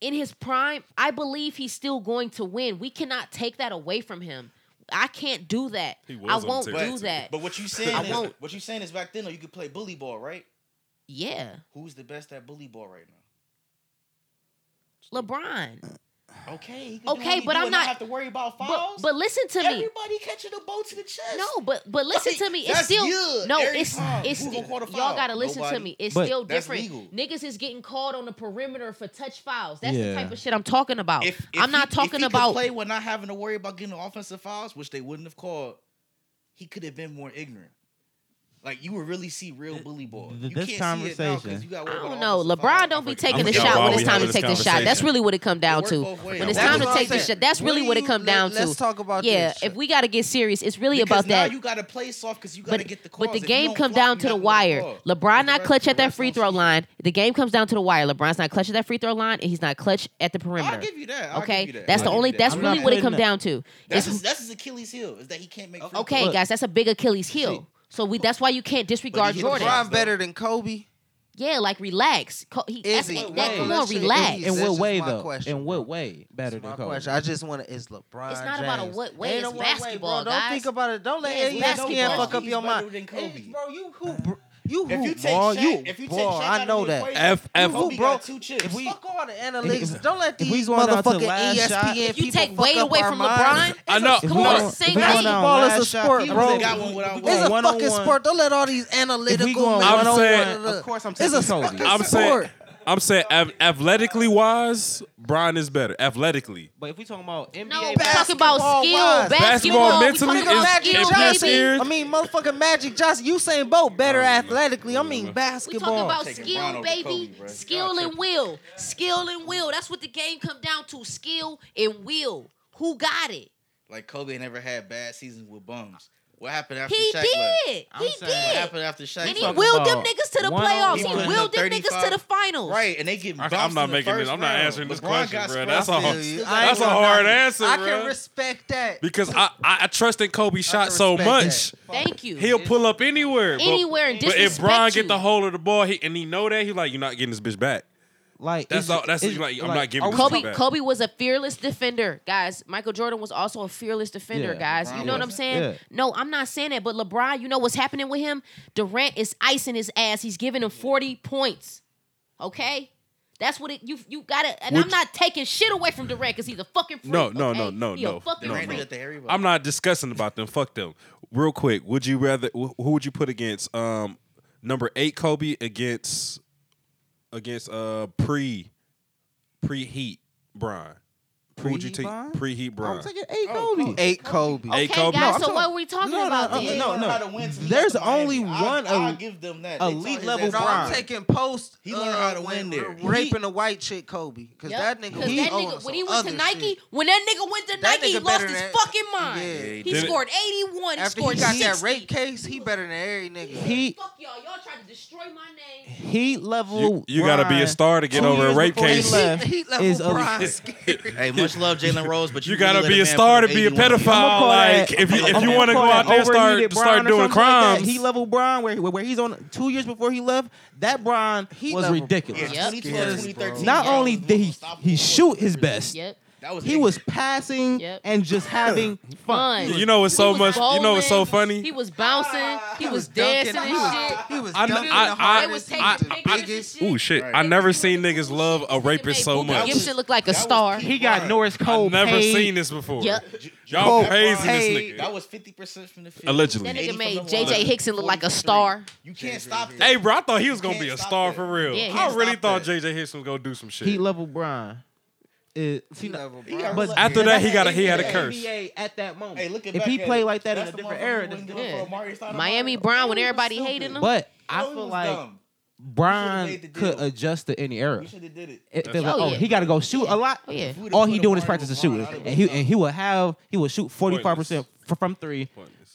in his prime i believe he's still going to win we cannot take that away from him i can't do that He was i on a won't terrible do team. that But what you saying I is won't. what you saying is back then though you could play bully ball, right? yeah Who's the best at bully ball right now? lebron Okay. he can do what Okay, he but do I'm and not- have to worry about but, fouls. but listen to me everybody catching the ball to the chest. no but but listen Like, to me it's that's still good no every it's time. it's Who gonna call the y'all foul? gotta listen to Nobody. me it's But- still That's different legal. niggas is getting called on the perimeter for touch fouls that's Yeah. the type of shit i'm talking about If- if i'm not he- talking if he about could play when not having to worry about getting offensive fouls, which they wouldn't have called. He could have been more ignorant. Like you would really see real bully ball. th- You this can't see it now 'cause conversation- you got I work don't on know. all this LeBron fouls. don't be I'ma taking get the forget shot why when we it's time having to this take the shot. That's conversation. really what it come down It to. work both ways. When it's That's time to what I'm take the saying. shot, that's really When what it you- come let- down to. Let's talk about yeah, this. if we got to get serious, it's really Because about now that. you got to play soft because you got to But, get the calls. but the If you game don't come flop, down you're to the not gonna wire. call. LeBron The not rest- clutch the at that rest free don't throw shoot. line. The game comes down to the wire. LeBron's not clutch at that free throw line, and he's not clutch at the I'll perimeter. give you that. I'll give Okay, you that. that's the I'll give you only. that. That's I'm really not what it putting comes that- down to. It's- That's his, that's his Achilles heel is that he can't make. free throws. okay, Look. guys, that's a big Achilles heel. So we that's why you can't disregard he- Jordan. Bron- LeBron better than Kobe. Yeah, like relax. Co- he- that's- Is he? that- Wait, come on, let's see. relax. Is In That's what just way my though? question, In bro. what way better That's than my Kobe? question. I just want to. Is LeBron? It's not about a James- what way, Ain't it's a what way, bro. basketball, Don't guys. think about it. Don't let Yeah, it's yeah, ESPN basketball. fuck up He's your better mind. than Kobe. Hey, bro, you who? Bro, you If who? you take bro, Shaq- you if you take bro, Shaq out I of know the that. equation, F F. Kobe Who, bro? got two chips. If we, fuck all the analytics. analytics. Don't let If these we these going down to motherfucking motherfucking E last ESPN shot- ESPN If you take Wade away from LeBron, I know. Come If we on, going- same if we thing. going down Basketball is last a shot, sport, if we bro. going- Got one without if we one. going It's a one-on-one, fucking sport. Don't let all these analytical. going men- one-on-one, Don't- of course I'm It's taking a Kobe. fucking I'm saying, sport. I'm saying, ath- athletically wise, Brian is better. Athletically, But if we talking about NBA, no, we're talking about basketball skill, wise. basketball, Basketball we mentally talking is- about Magic skill, Johnson. baby. Johnson. I mean, motherfucking Magic Johnson, Usain Bolt better Oh, yeah. athletically. I mean, Yeah. We basketball. talking about Taking skill, Bron over baby. Kobe, bruh. skill Y'all and tripping. will. Skill and will. That's what the game come down to. Skill and will. Who got it? Like Kobe never had bad seasons with bums. What happened after He Shaq left? did. I'm He saying- What did. happened after Shaq And he left? willed them about niggas to the one-on-one. playoffs. He He putting willed up them niggas to 35. the finals. Right, and they get I- bounced I'm not in the making first this- I'm not round. answering this LeBron question, got bruh. That's scrapped all. in- I ain't that's a gonna hard lie. answer, I bruh. can respect that. because I, I I trust in Kobe's I shot can so respect much. that. Thank you. He'll pull up anywhere, but- Anywhere and But if disrespect Brian you. get the hold of the ball, he, and he know that, he like you're not getting this bitch back. like That's it's- all- that's it's- like, I'm not giving are we this talking- Kobe, back. Kobe was a fearless defender, guys. Michael Jordan was also a fearless defender, Yeah, guys. LeBron you know what I'm was. saying? Yeah. No, I'm not saying that, but LeBron, you know what's happening with him? Durant is icing his ass. He's giving him 40 points. Okay? That's what it you you gotta and Which- I'm not taking shit away from Durant because he's a fucking freak. No, no, no, okay? no, He a no, fucking no, They no. freak. ran it to everybody. I'm not discussing about them. Fuck them. Real quick, would you rather? Who who would you put against? Um, number eight, Kobe against against uh pre pre heat Brian. Who would you Pre-Heat take? Bron? Pre heat I'm Brian. taking eight Oh, Kobe. Eight Kobe. Hey, okay, Kobe. No, guys, so I'm talking- what are we talking No, no, about uh, then? no, no. There's There's only one I'll, I'll el- give them that. elite taught his level ass No, how to Bron. I'm win. taking post. He uh, learned how to when win there. r- Raping a white chick, Kobe, because Yep, that nigga 'cause was that on nigga, some when he went to other Nike, shit. when that nigga went to That Nike, he nigga lost better his than- fucking mind. Yeah. he He did it. scored 81. He After scored he got 60. that rape case, he better than every nigga. He Fuck y'all. Y'all tried to destroy my name. he level. You, you gotta be a Bron star to get two over a years rape before he case. left. he level is a- Brian scary. Hey, much love, Jalen Rose, but you, You gotta really be a let man star to put up be a 81 on you. pedophile. call Like that- if you I'm if you gonna want to go call that out there and overheated Bron start start or doing something like that. crimes, he level Bron where, where he's on two years before he left. That Bron He was level- ridiculous. Yeah, Yep. 2012, Yes, 2013, Not Bron only was did he unstoppable. he shoot his best, Yep. That was he it. was passing Yep. and just having fun. Fun. you know it's He so was much. You know it's so bowling. funny. He was bouncing. He was dunking. dancing and He was- shit. He was I know- dunking I- the I- hardest. They He was was taking the pictures and biggest. shit. Ooh shit! Right. I They never was seen doing the niggas cool love shit. a They made rapist so Booker much. Gibson look like a That was star. Keith He got Bron. Norris Cole. I've never paid- seen this before. Yep. Y'all Cole praising Payne. this That nigga. was 50% from the field. Allegedly. That 80 nigga from made the JJ line, Hickson look like a 43. star. You can't stop that. Hey, bro, I thought he was gonna can't be a stop star that. for real. Yeah, he I can't really stop thought that. JJ Hickson was gonna do some shit. He level Bron. It- see, He no- level He Brian. got- but After if that, that's he got a- he had a NBA curse. at that moment. Hey, looking if back he at played it, like that in that's a the different motherfucker era, who then- wasn't doing Yeah. for Amari Stoudemire. Miami Brown when Kobe was everybody stupid. hated him. but I Kobe feel was like dumb. Bron made the could deal. adjust to any era. We should have did it. If they're That's like, right. oh, Oh, yeah. he got to go shoot Yeah. a lot. Oh, yeah. If we'd have All put he a doing is Mario practice to Bron, shoot, I'd have and been he done. and he will have he will shoot forty five percent from three.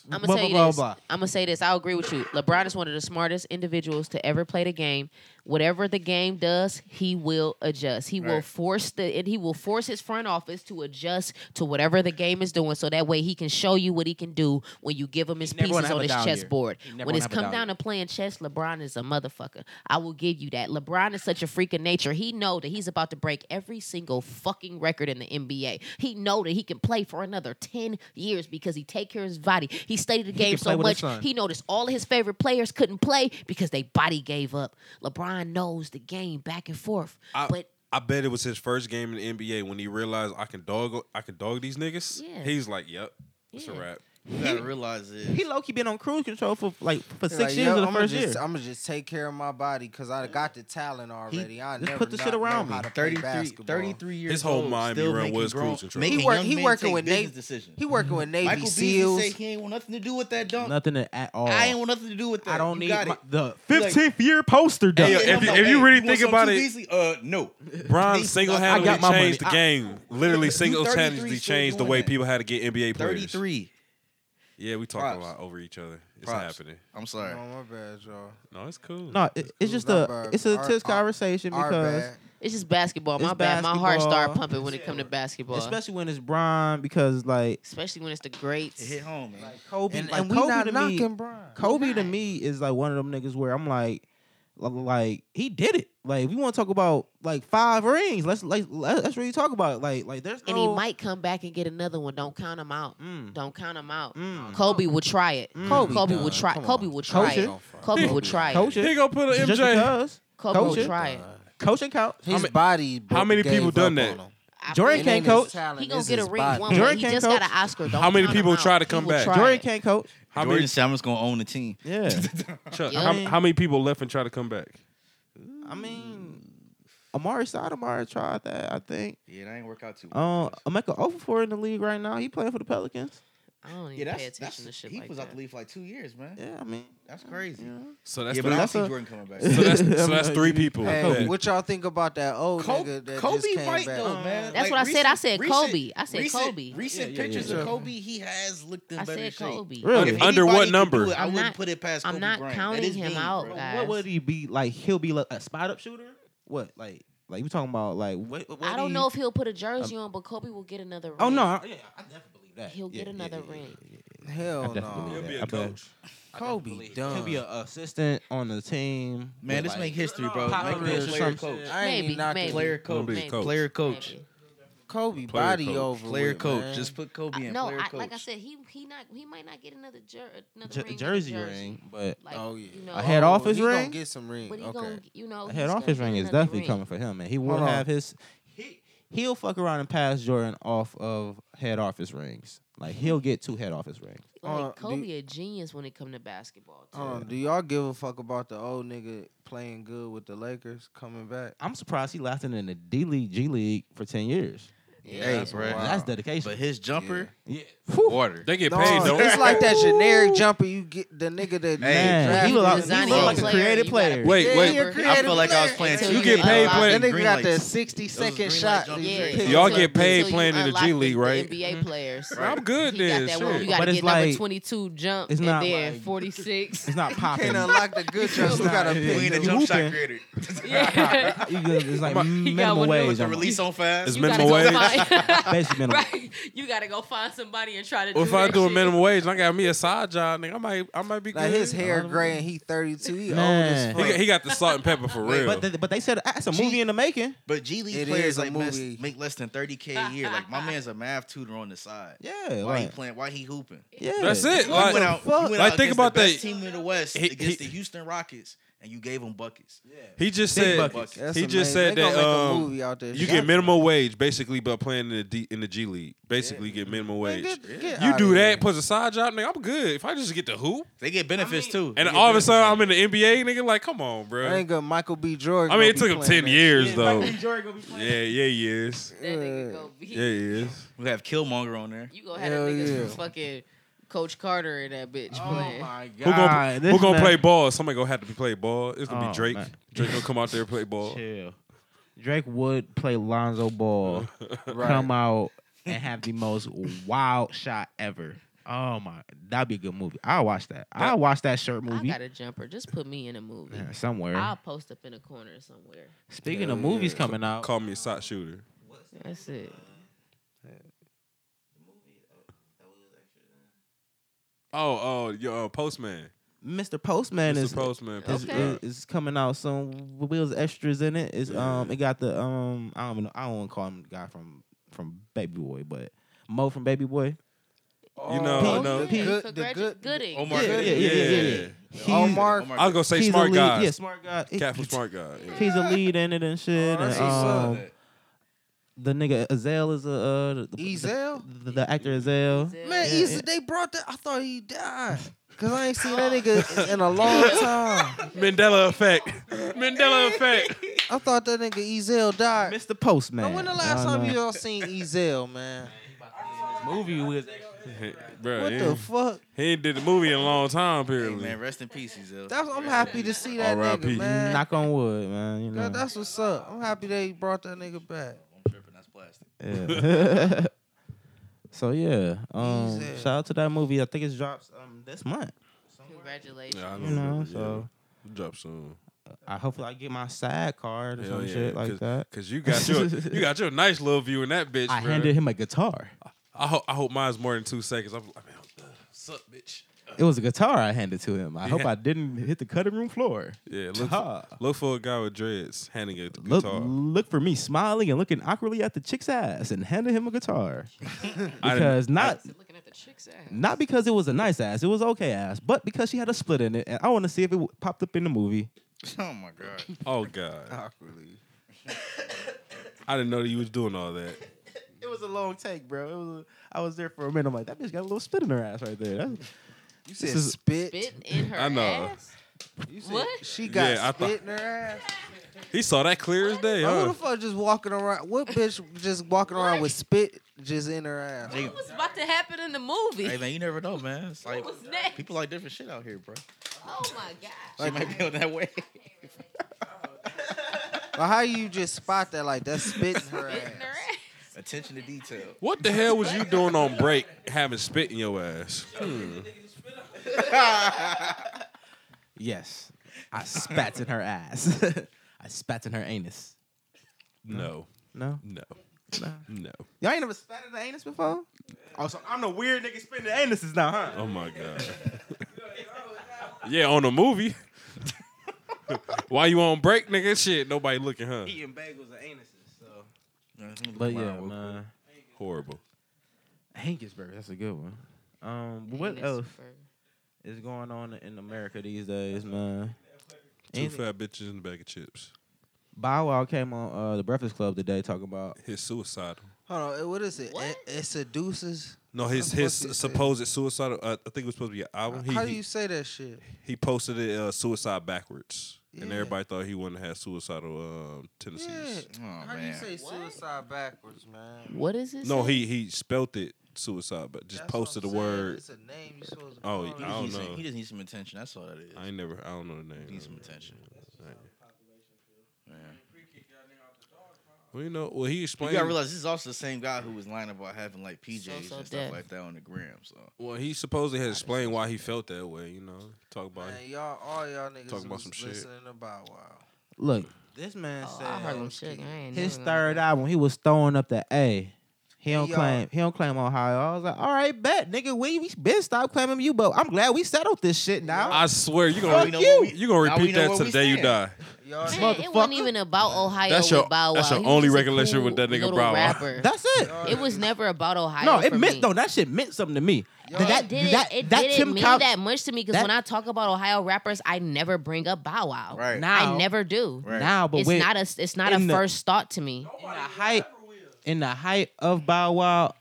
I'm Blah, gonna tell you blah, this. blah, I'm gonna say this. I agree with you. LeBron is one of the smartest individuals to ever play the game. Whatever the game does, he will adjust. He will Right. force the and he will force his front office to adjust to whatever the game is doing. So that way he can show you what he can do when you give him his never gonna pieces have on a his down year. chessboard. He never When gonna it's have a come down down year. to playing chess, LeBron is a motherfucker. I will give you that. LeBron is such a freak of nature. He know that he's about to break every single fucking record in the NBA. He know that he can play for another 10 years because he take care of his body. He studied the game can play so with his much. son. He noticed all of his favorite players couldn't play because they body gave up. LeBron knows the game back and forth. I, but I bet it was his first game in the NBA when he realized I can dog I can dog these niggas. Yeah. He's like, yep, it's a Yeah. wrap. You gotta realize He this. low key been on cruise control for like for six Like, years yo, of the I'ma first just, year. I'm gonna just take care of my body because I got the talent already. I just never put the shit not know around me. how to play 33, basketball. 33 years His whole old, Miami still run making was grown, cruise control. Making He work- young he men working take with business Nate- decisions. He working with Navy Michael Beasley say SEAls. he ain't want nothing to do with that dunk. Nothing to- at all. I ain't want nothing to do with that. I don't You need got my- it. the You like- 15th year poster dunk. Hey, yo, Yeah, if I'm you- like, if you hey, really want think some about too, it- Beasley? uh, no. Bron He's- single I got handedly my money. changed the I- game. Literally single handedly 33 still changed the doing way that. people had to get NBA players. 33. Yeah, we talking Props. a lot over each other. It's Props. happening. I'm sorry. Oh, my bad, y'all. No, it's cool. no, it, it's just a Our it's a bad. tense Our- our- conversation Our because bad. It's just basketball. It's my bad. My heart started basketball. pumping when it come to basketball, especially, especially when it's Brian because like when it's the It greats. hit home, man. Kobe And, like and we Kobe not to me, knocking Brian. Kobe to not. me is like one of them niggas where I'm like, l- like he did it. Like if we want to talk about like five rings, let's like let- let's really talk about it. Like like there's And no. he might come back and get another one. Don't count him out. Mm. Don't count him out. Mm. Kobe will try it. Mm. Kobe, Kobe will done. try. Come on. Kobe will try Coach it. it. Kobe will try it. mm. Coach He it. gonna put an Just MJ. because Kobe Coach will it. try it. coaching count. His many- body. how many gave people up done on that? him. I Jordan feel can't you. coach. He gonna get a ring one Jordan way. He can't just coach. got an Oscar. Don't How many count people him out. try to He come will back? try Jordan it. can't coach. How Jordan many, said I'm just gonna own the team. Yeah, Chuck, Yeah. how, how many people left and try to come back? I mean, Amari Sotomayor tried that. I think. Yeah, that ain't work out too Uh, well. Emeka Okafor in the league right now. He playing for the Pelicans. I don't yeah, even that's, pay attention to that's- shit he like was out that. the league for like two years, man. Yeah, I mean, That's crazy. you know. So that's yeah, but I three, don't that's see a- Jordan coming back. so that's, so I'm that's like, three you- people. Hey, that- what y'all think about that old Kobe, nigga that Kobe just came right back? though, man. That's what I said. I said Kobe. I said recent, Kobe. Recent Yeah, yeah, pictures yeah. of Kobe, he has looked in I better said shape. Kobe. Really? If Under what anybody could number? do it, I I'm wouldn't not- put it past I'm Kobe not Bryant. That counting is him mean, out, bro. guys. What would he be like? He'll be like a spot up shooter. What like like we talking about like what? what I do don't you- know if he'll put a jersey on, but Kobe will get another ring. Oh no, I- yeah, I definitely believe that. He'll Yeah, get yeah, another yeah, yeah, ring. yeah, yeah. Hell I definitely no. believe He'll be Yeah, a I bet. coach. Kobe He'll be done. an assistant on the team. Man, with, this like, make history, bro. Pop Make Rivers or real player some coach. shit. I ain't Maybe, even knocking maybe. Player coach. Maybe. Player coach. Maybe. Kobe Player body coach. over. Player with, coach. man. Just put Kobe I- in. no, player I, coach. like I said, he he not he might not get another jer- another J- ring, with a jersey ring, but Like, oh yeah. you know, I had head Oh, office he gonna ring? Get some ring. But he okay. gonna you know a he's head gonna office get ring is another definitely ring. coming for him, and he will Hold on. have his. He he'll fuck around and pass Jordan off of head office rings. Like he'll get two head office rings. Like Uh, do- Kobe a genius when it come to basketball. Too. Hold on, do y'all give a fuck about the old nigga playing good with the Lakers coming back? I'm surprised he lasted in the D League, G League for ten years. Yeah, Hey, that's bruh. wild. That's dedication. But his jumper, yeah. water. They get No, paid, don't it's they? like that generic jumper you get the nigga that Man, they he look drafted. like, he Designing look a like a player, creative you player. gotta Wait, be wait. clever. You're I feel like I was Until playing. you two You get K paid unlock- playing- that Green nigga got that lights. 60 second green light shot. jumpers. that you Yeah, picked Y'all up. until- get paid until you playing in the G unlock League, the right? NBA players. I'm good He then. got that shit. one. You But gotta it's get number like- twenty two jump it's and not then like- forty six. It's not You popping. can't unlock the good jumps. You gotta Yeah. We pick ain't a You them. jump shot hooping. creator. yeah. You good, it's like He got minimal one of those ways. The I'm release on fast. It's You gotta minimum go wage. find- Basically minimal. right. You gotta go find somebody and try to. Or do if I that do a shit. minimum wage and I got me a side job, nigga, I might, I might be Like good. his hair gray and he 32. He old as Man. He, fuck. got- he got the salt and pepper for real. But th- but they said that's a Gee. movie in the making. But G League It players is a like mess- movie. make less than thirty k a year. Like my man's a math tutor on the side. Yeah, Why he like playing? Why he hooping? yeah. That's it. You Like, went out. You fuck? went Like, out think against about the best that. team in the West He- against he- the Houston Rockets, and you gave him buckets. he just Big said buckets. That's he amazing. just said They gonna that, make a um, movie out there. you get minimum wage basically, but playing in the D, in the G League, basically you get minimum wage. you do that, plus a side job, nigga. I'm good. If I just get the hoop, They get benefits too. and They get all of a benefits. sudden I'm in the NBA, nigga. Like, come on, I bro. think uh, Michael B. Jordan. I mean, it gonna took be him playing ten that years shit. though. Yeah, yeah, years. That nigga go be. Yeah, years. we have Killmonger on there. You gonna have Hell the niggas yeah. from fucking Coach Carter and that Oh bitch Oh playing. Who gonna, who gonna play ball? Somebody gonna have to be play ball. It's gonna Oh, be Drake. man. Drake gonna come out there and play ball. Chill. Drake would play Lonzo Ball, Right. come out and have the most wild shot ever. Oh my, that'd be a good movie. I'll watch that. I'll watch that shirt movie I got a jumper. Just put me in a movie. Yeah, somewhere. I'll post up in a corner somewhere. Speaking of movies coming out, Call me a shot shooter. That's it. Oh, oh, yo, uh, Postman. Mr. Postman Mr. is Postman. is, Postman. Okay. is, is uh, coming out soon. Will's extras in it. It's um it got the um I don't even know I don't want to call him the guy from from Baby Boy, but Mo from Baby Boy. You know, Oh, no. The good- the Congratu- good- Gooding. Omar yeah, Gooding. yeah, yeah, yeah, yeah. Yeah. He's- Oh, Omar- I was gonna uh, say he's a smart lead, guy. Yeah, smart guy. He- Cat for smart guy. Yeah. He's a lead in it and shit. Oh, and, that's what's up. um, the nigga Azale is a uh, the, the- Ezel? the, the actor Azale. Man, Yeah, Easy, yeah. they brought that. I thought he died. Cause I ain't seen that nigga in a long time. Mandela effect. Mandela effect. I thought that nigga Ezel died. Mr. Postman. Now, when the last Y'all time know. you all seen Ezel, man? movie was Bro, What he, the fuck? he ain't did the movie in a long time, Hey, period. man, rest in peace, Ezel. That's, I'm happy to see that R.I.P.. nigga, man. knock on wood, man. You know. That- that's what's up. I'm happy they brought that nigga back. I'm tripping. That's plastic. Yeah. so yeah, um, Easy. shout out to that movie. I think it drops um this month. Congratulations. Yeah, I You know, so drop soon. I hopefully I get my sad card or Hell some yeah, shit like that. Cause you got your you got your nice little view in that bitch. I bro. handed him a guitar. I hope I hope mine's more than two seconds. I'm like, man, what's up, bitch? It was a guitar I handed to him. I hope Yeah. I didn't hit the cutting room floor. Yeah, look Ta. for, look for a guy with dreads handing a Look, guitar. look for me smiling and looking awkwardly at the chick's ass and handed him a guitar I didn't- because not Looking at the chick's ass. not because it was a nice ass, it was okay ass, but because she had a split in it, and I want to see if it w- popped up in the movie. Oh my god. Oh god, I didn't know that you was doing all that. It was a long take, bro. It was. A, I was there for a minute. I'm like, that bitch got a little spit in her ass right there. That's, You This said is- spit. Spit in her I know. ass. You said What? She got Yeah, I spit thought- in her ass. He saw that clear as day. Who Oh, Huh? the fuck just walking around? What bitch just walking around with spit just in her ass? Hey, What was about to happen in the movie? hey, man, you never know, man. It's like what was next? people like different shit out here, bro. Oh my god. She might be on that way. But how you just spot that? Like that's spit in her Spit in her ass. ass. Attention to detail. What the hell was you doing on break having spit in your ass? Hmm. yes, I spat in her ass. I spat in her anus. No, No, no, no. no. Y'all ain't never spat in the anus before. Oh, so I'm the weird nigga spitting the anuses now, huh? Oh my god. yeah, on a movie. Why you on break, nigga? Shit, nobody looking, huh? Eating bagels and anuses. So. Nah, let me look But mine yeah, real man. Horrible. Hankisburg, that's a good one. Um, but what Anus else for- is going on in America these days, man? Two Anything- fat bitches in a bag of chips. Bow Wow came on uh, the Breakfast Club today talking about His suicidal. Hold on, eh, what is it? What? It, it seduces. No, his What his the fuck is supposed suicidal. Uh, I think it was supposed to be an album. He how do he, you say that shit? he posted it uh, suicide backwards, and Yeah. everybody thought he wouldn't have suicidal um, tendencies. Oh, how man. do you say What? suicide backwards, man? What is it? No, say? he he spelt it suicide, but just That's what posted the I'm saying. word. It's a name you supposed to Oh, call quick. I it. He don't just need- know. He just needs some attention. That's all that is. I ain't never. I don't know the He name. needs some attention. Man. Well, you know. Well, he You explained. gotta realize this is also the same guy who was lying about having like PJs So, so and stuff deaf. like that on the gram. So well, he supposedly had explained why he felt that way. You know, talk about. Man, y'all, all y'all niggas Talking about was some shit. listening to Bow Wow. Look, this man Oh, said I heard him shook. I ain't his never gonna third go. album, he was throwing up the A. He don't Y'all- claim he don't claim Ohio. I was like, all right, bet nigga, we, we been stop claiming you, but I'm glad we settled this shit now. I swear you Now gonna we know you. where we- you gonna now we repeat know that where to we the day you stand. die. Y'all, Man, it wasn't motherfucker. even about Ohio That's your- with Bow Wow. that's your He was only just a recollection with cool that nigga little Bow Wow. rapper. That's it. y'all- It was never about Ohio. No, it for meant me. no, that shit meant something to me. Y'all- That- it didn't, that- it that didn't Tim mean Cobb- that much to me because that- when I talk about Ohio rappers, I never bring up Bow Wow. Right. Now, Now- I never do. Right. Now, but it's when- not a it's not a in the- first thought to me. in the height in the height of Bow Wow,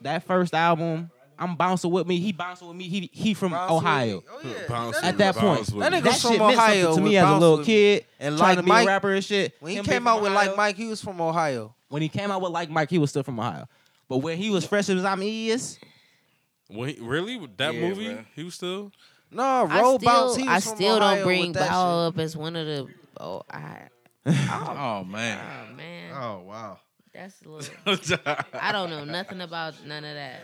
that first album, I'm bouncing with me. He bouncing with me. He he from Bounce with Ohio. me. Oh, yeah. That Bounce with At that me, bounce point, with that me. nigga- That from shit meant Ohio something to me with as a Bounce little With Me. kid And trying Like to be Mike- a rapper and shit. When he Him being came from out with Ohio- like Mike, he was from Ohio. when he came out with like Mike, he was still from Ohio. But when he was fresh as I'm is, Well, he- really that Yeah, movie? bruh. He was still. No, I Roll still, Bounce. He was I from still Ohio don't bring with that Bow Wow shit. up as one of the oh I Oh oh man. man Oh wow. that's a little I don't know nothing about none of that.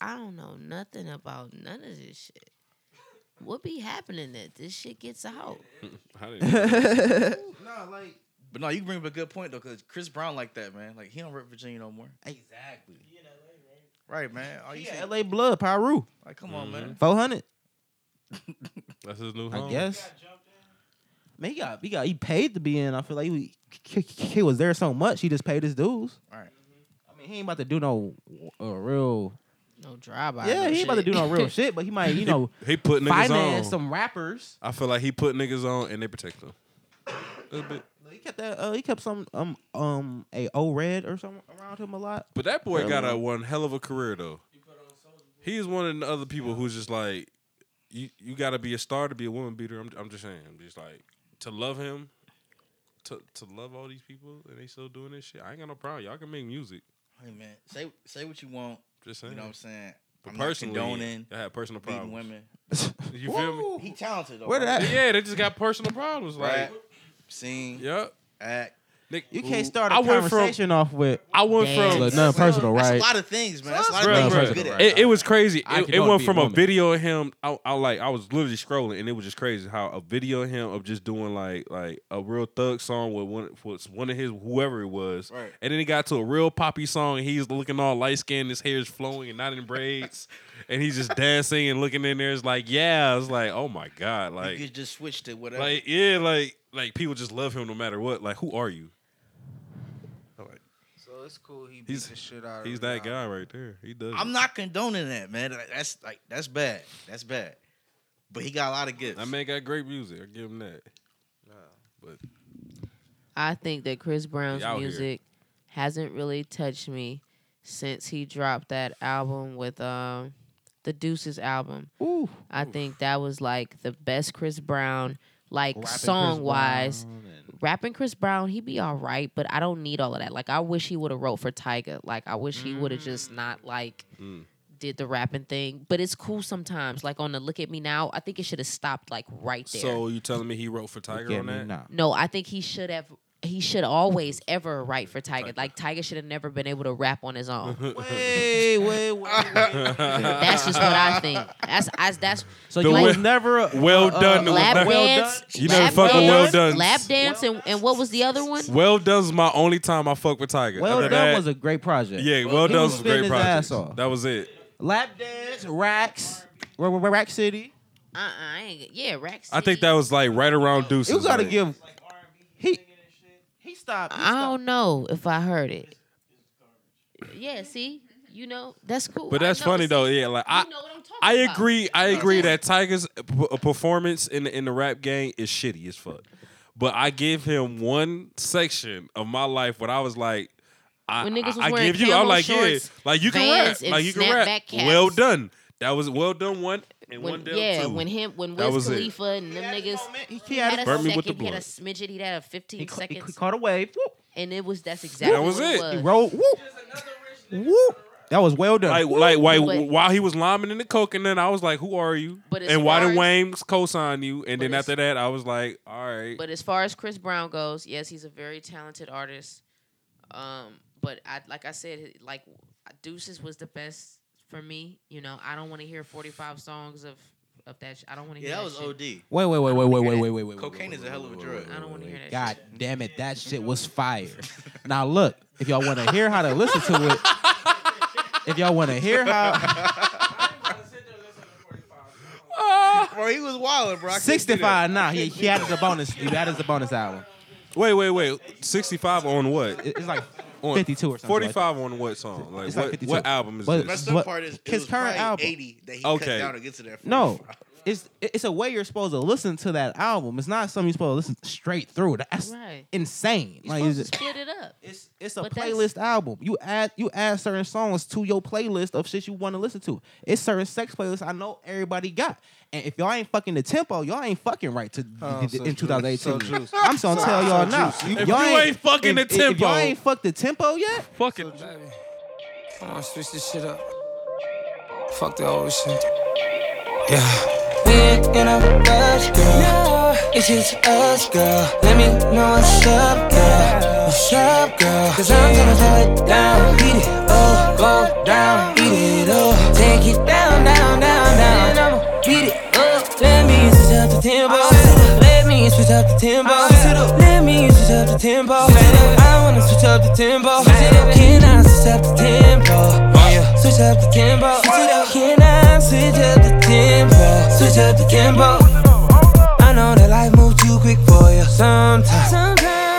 I don't know nothing about none of this shit. What be happening if this shit gets out? I didn't- No, like But no, you bring up a good point though, because Chris Brown like that man. Like he don't rep Virginia no more. exactly. Right, man. All you Yeah, say, LA Blood, Pyru, like, come on, man. four hundred, That's his new I home. guess. Man, he got he got he paid to be in. I feel like he, he, he was there so much he just paid his dues. Right. I mean, he ain't about to do no uh, real. No drive by. Yeah, he ain't about to do no real shit, but he might you know He put niggas on. finance some rappers. I feel like he put niggas on and they protect them. That's big. He kept that. Uh, he kept some um um a O Red or something around him a lot. But that boy Yeah, got a man. one hell of a career though. He is one of the other people who's just like, you you got to be a star to be a woman beater. I'm I'm just saying, just like to love him, to to love all these people, and they still doing this shit. I ain't got no problem. Y'all can make music. Hey man, say say what you want. Just You saying. know what I'm saying? but I'm not personally, condoning I had personal beating problems. women. You feel me? He talented though. Where right? that? Yeah, they just got personal problems. Like, Rap, sing, yep. act. Nick, You Ooh. can't start a I went from- conversation off with I went Damn. from look, nothing personal, That's right? a lot of things, man. That's a lot Bruh, of things bruh. he's good at. It, it was crazy. I It, can it only went be from a woman. video of him. I, I like. I was literally scrolling, and it was just crazy how a video of him of just doing like like a real thug song with one with one of his whoever it was, Right. and then he got to a real poppy song. And he's looking all light skinned, his hair is flowing and not in braids, and he's just dancing and looking in there. It's like yeah, it's like oh my god, you like could just switch to whatever. like yeah, like like people just love him no matter what. Like who are you? So it's cool. He beat He's- the shit out of He's that guy right there. He does. I'm not condoning that, man. Like, That's like that's bad. That's bad. But he got a lot of gifts. That man got great music. I give him that. I think that Chris Brown's Y'all here. music hasn't really touched me since he dropped that album with um the Deuces album. ooh I think that was like the best Chris Brown, like rapping Chris song wise. Brown and- Rapping Chris Brown, he be all right, but I don't need all of that. Like I wish he would have wrote for Tyga. Like I wish he would Mm. have just not like Mm. did the rapping thing. But it's cool sometimes. Like on the Look at Me Now, I think it should have stopped like right there. So you telling me he wrote for Look Tiger at on me that? now. No, I think he should have. He should always ever write for Tiger. Like Tiger should have never been able to rap on his own. Wait, wait, wait. That's just what I think. That's I, that's So The you we- was never a- well a- a- done, it was lap not- Well dance. done. You know lap the fuck with well dance, done. Lap dance and, and what was the other one? Well done's my only time I fuck with Tiger. Well Other done than was a great project. yeah. Well He done was was a spitting great his project. ass off. That was it. Lap dance, racks, r- r- rack city. Uh, uh I ain't. Yeah, Rack. I think City. that was like right around Deuces. You gotta like, give. Like R&B He- singing and shit. He stopped. He I stopped. don't know if I heard it. Yeah, see, you know that's cool. But I that's know funny it's- though. Yeah, like I. you know what I'm talking I about. agree. I agree just- that Tiger's p- performance in the, in the rap game is shitty as fuck. But I give him one section of my life when I was like, I, When niggas was I, I wearing give you. I'm camo like, shorts, yeah, like you can Vans, rap, and like you can rap. snapback caps. Well done. That was well done one and When, one down yeah, two. when him, when That Wiz was it. Khalifa and them niggas, He, he had a Burn me second, with the he had a blunt. smidget, he had a 15 he, ca- he seconds, caught a wave. Whoop. and it was that's exactly was what it. He was. rolled. Whoop. Whoop. That was well done. Like, like, like But- while he was liming in the coke, and then I was like, "Who are you?" But as and why far did as- Wayne co-sign you? And But then as- after that, I was like, "All right." But as far as Chris Brown goes, yes, he's a very talented artist. Um, but I like I said, like Deuces was the best for me. You know, I don't want to hear 45 songs of of that. Sh- I don't want to hear yeah, that that was shit. OD. Wait, wait, wait, wait, wait, wait, wait, wait, wait. Cocaine is a hell of a drug. I don't want to hear that. God shit. damn it, that shit was fire. Now look, if y'all want to hear how to listen to it, if y'all want to hear how I ain't about to sit there and listen to 45. Bro, he was wild, bro. I couldn't do that. 65 now, he, he had as a bonus. He had as a bonus album. wait, wait, wait. Sixty-five on what? It- It's like 52 or On something. like that. Forty-five on what song? Like, It's like what, 52. what album is But- this? Messed up What- part is it his was current probably album. 80 that he Okay. cut down to get to that. No, 45. it's it's a way you're supposed to listen to that album. It's not something you're supposed to listen straight through. That's Right. insane. You're like supposed it's, to split it up. it's it's a But that's- playlist album. You add you add certain songs to your playlist of shit you want to listen to. It's certain sex playlists I know everybody got. And if y'all ain't fucking the tempo, y'all ain't fucking right to Oh, so in true. 2018. So true. I'm just gonna tell y'all So now. juicy. If you ain't fucking if- the if- If y'all tempo- ain't fucked the tempo yet, Fuck it. Baby, I wanna switch this shit up. Fuck the old shit. Yeah. We ain't in a rush, girl. It's just us, girl. Let me know what's up, girl. What's up, girl? Cause I'm gonna slow it down. Beat it up, go down. Beat it up. Take it down, down, down, down. And I'ma beat it up. Let me switch up the tempo. Let me switch up the tempo. Let me switch up the tempo. I wanna switch up the tempo. Can I switch up the tempo? Switch up the tempo. Can I switch up the tempo? Switch up the tempo. I know that life moves too quick for you sometimes.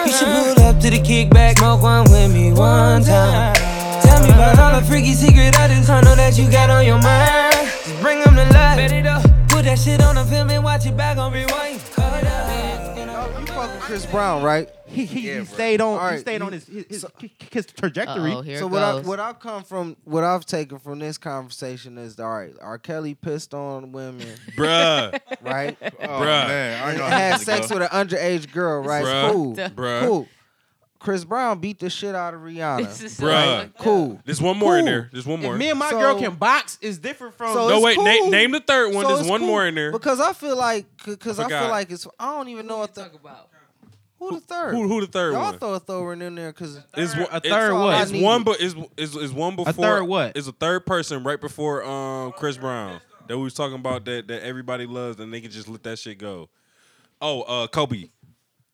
You should pull up to the kickback, smoke one with me one time. Tell me about all the freaky secret others. I know that you got on your mind. Just bring them to life. Put that shit on a film and watch it back on rewind. Hold up. You supposed fuck with Chris Brown, right? He, he, Yeah, he bro. stayed on. All He right, stayed on you- his his, so- his, his trajectory. Oh, here so it what I goes. what I've come from, what I've taken from this conversation is, all right, R. Kelly pissed on women, Bruh. right? Oh, Bruh. man, I ain't know how had this is sex gonna with an underage girl, right? Bruh. Cool, Bruh. cool. Chris Brown beat the shit out of This Rihanna. is Bruh. like- Cool. There's one more in Cool. there. There's one more. If me and my So- girl can box is different from. So no, it's wait. na- cool. name the third one. So There's it's one cool more in there. Because I feel like, because I I, feel forgot. like it's. I don't even know what the Talk about. who the third. Who, who the third Y'all one? throw a throw in there because It's one- a it's- third all what? I It's need. one, but is is is one before third what? Is a third person right before um Chris Brown that we was talking about that that everybody loves and they can just let that shit go. Oh, uh, Kobe.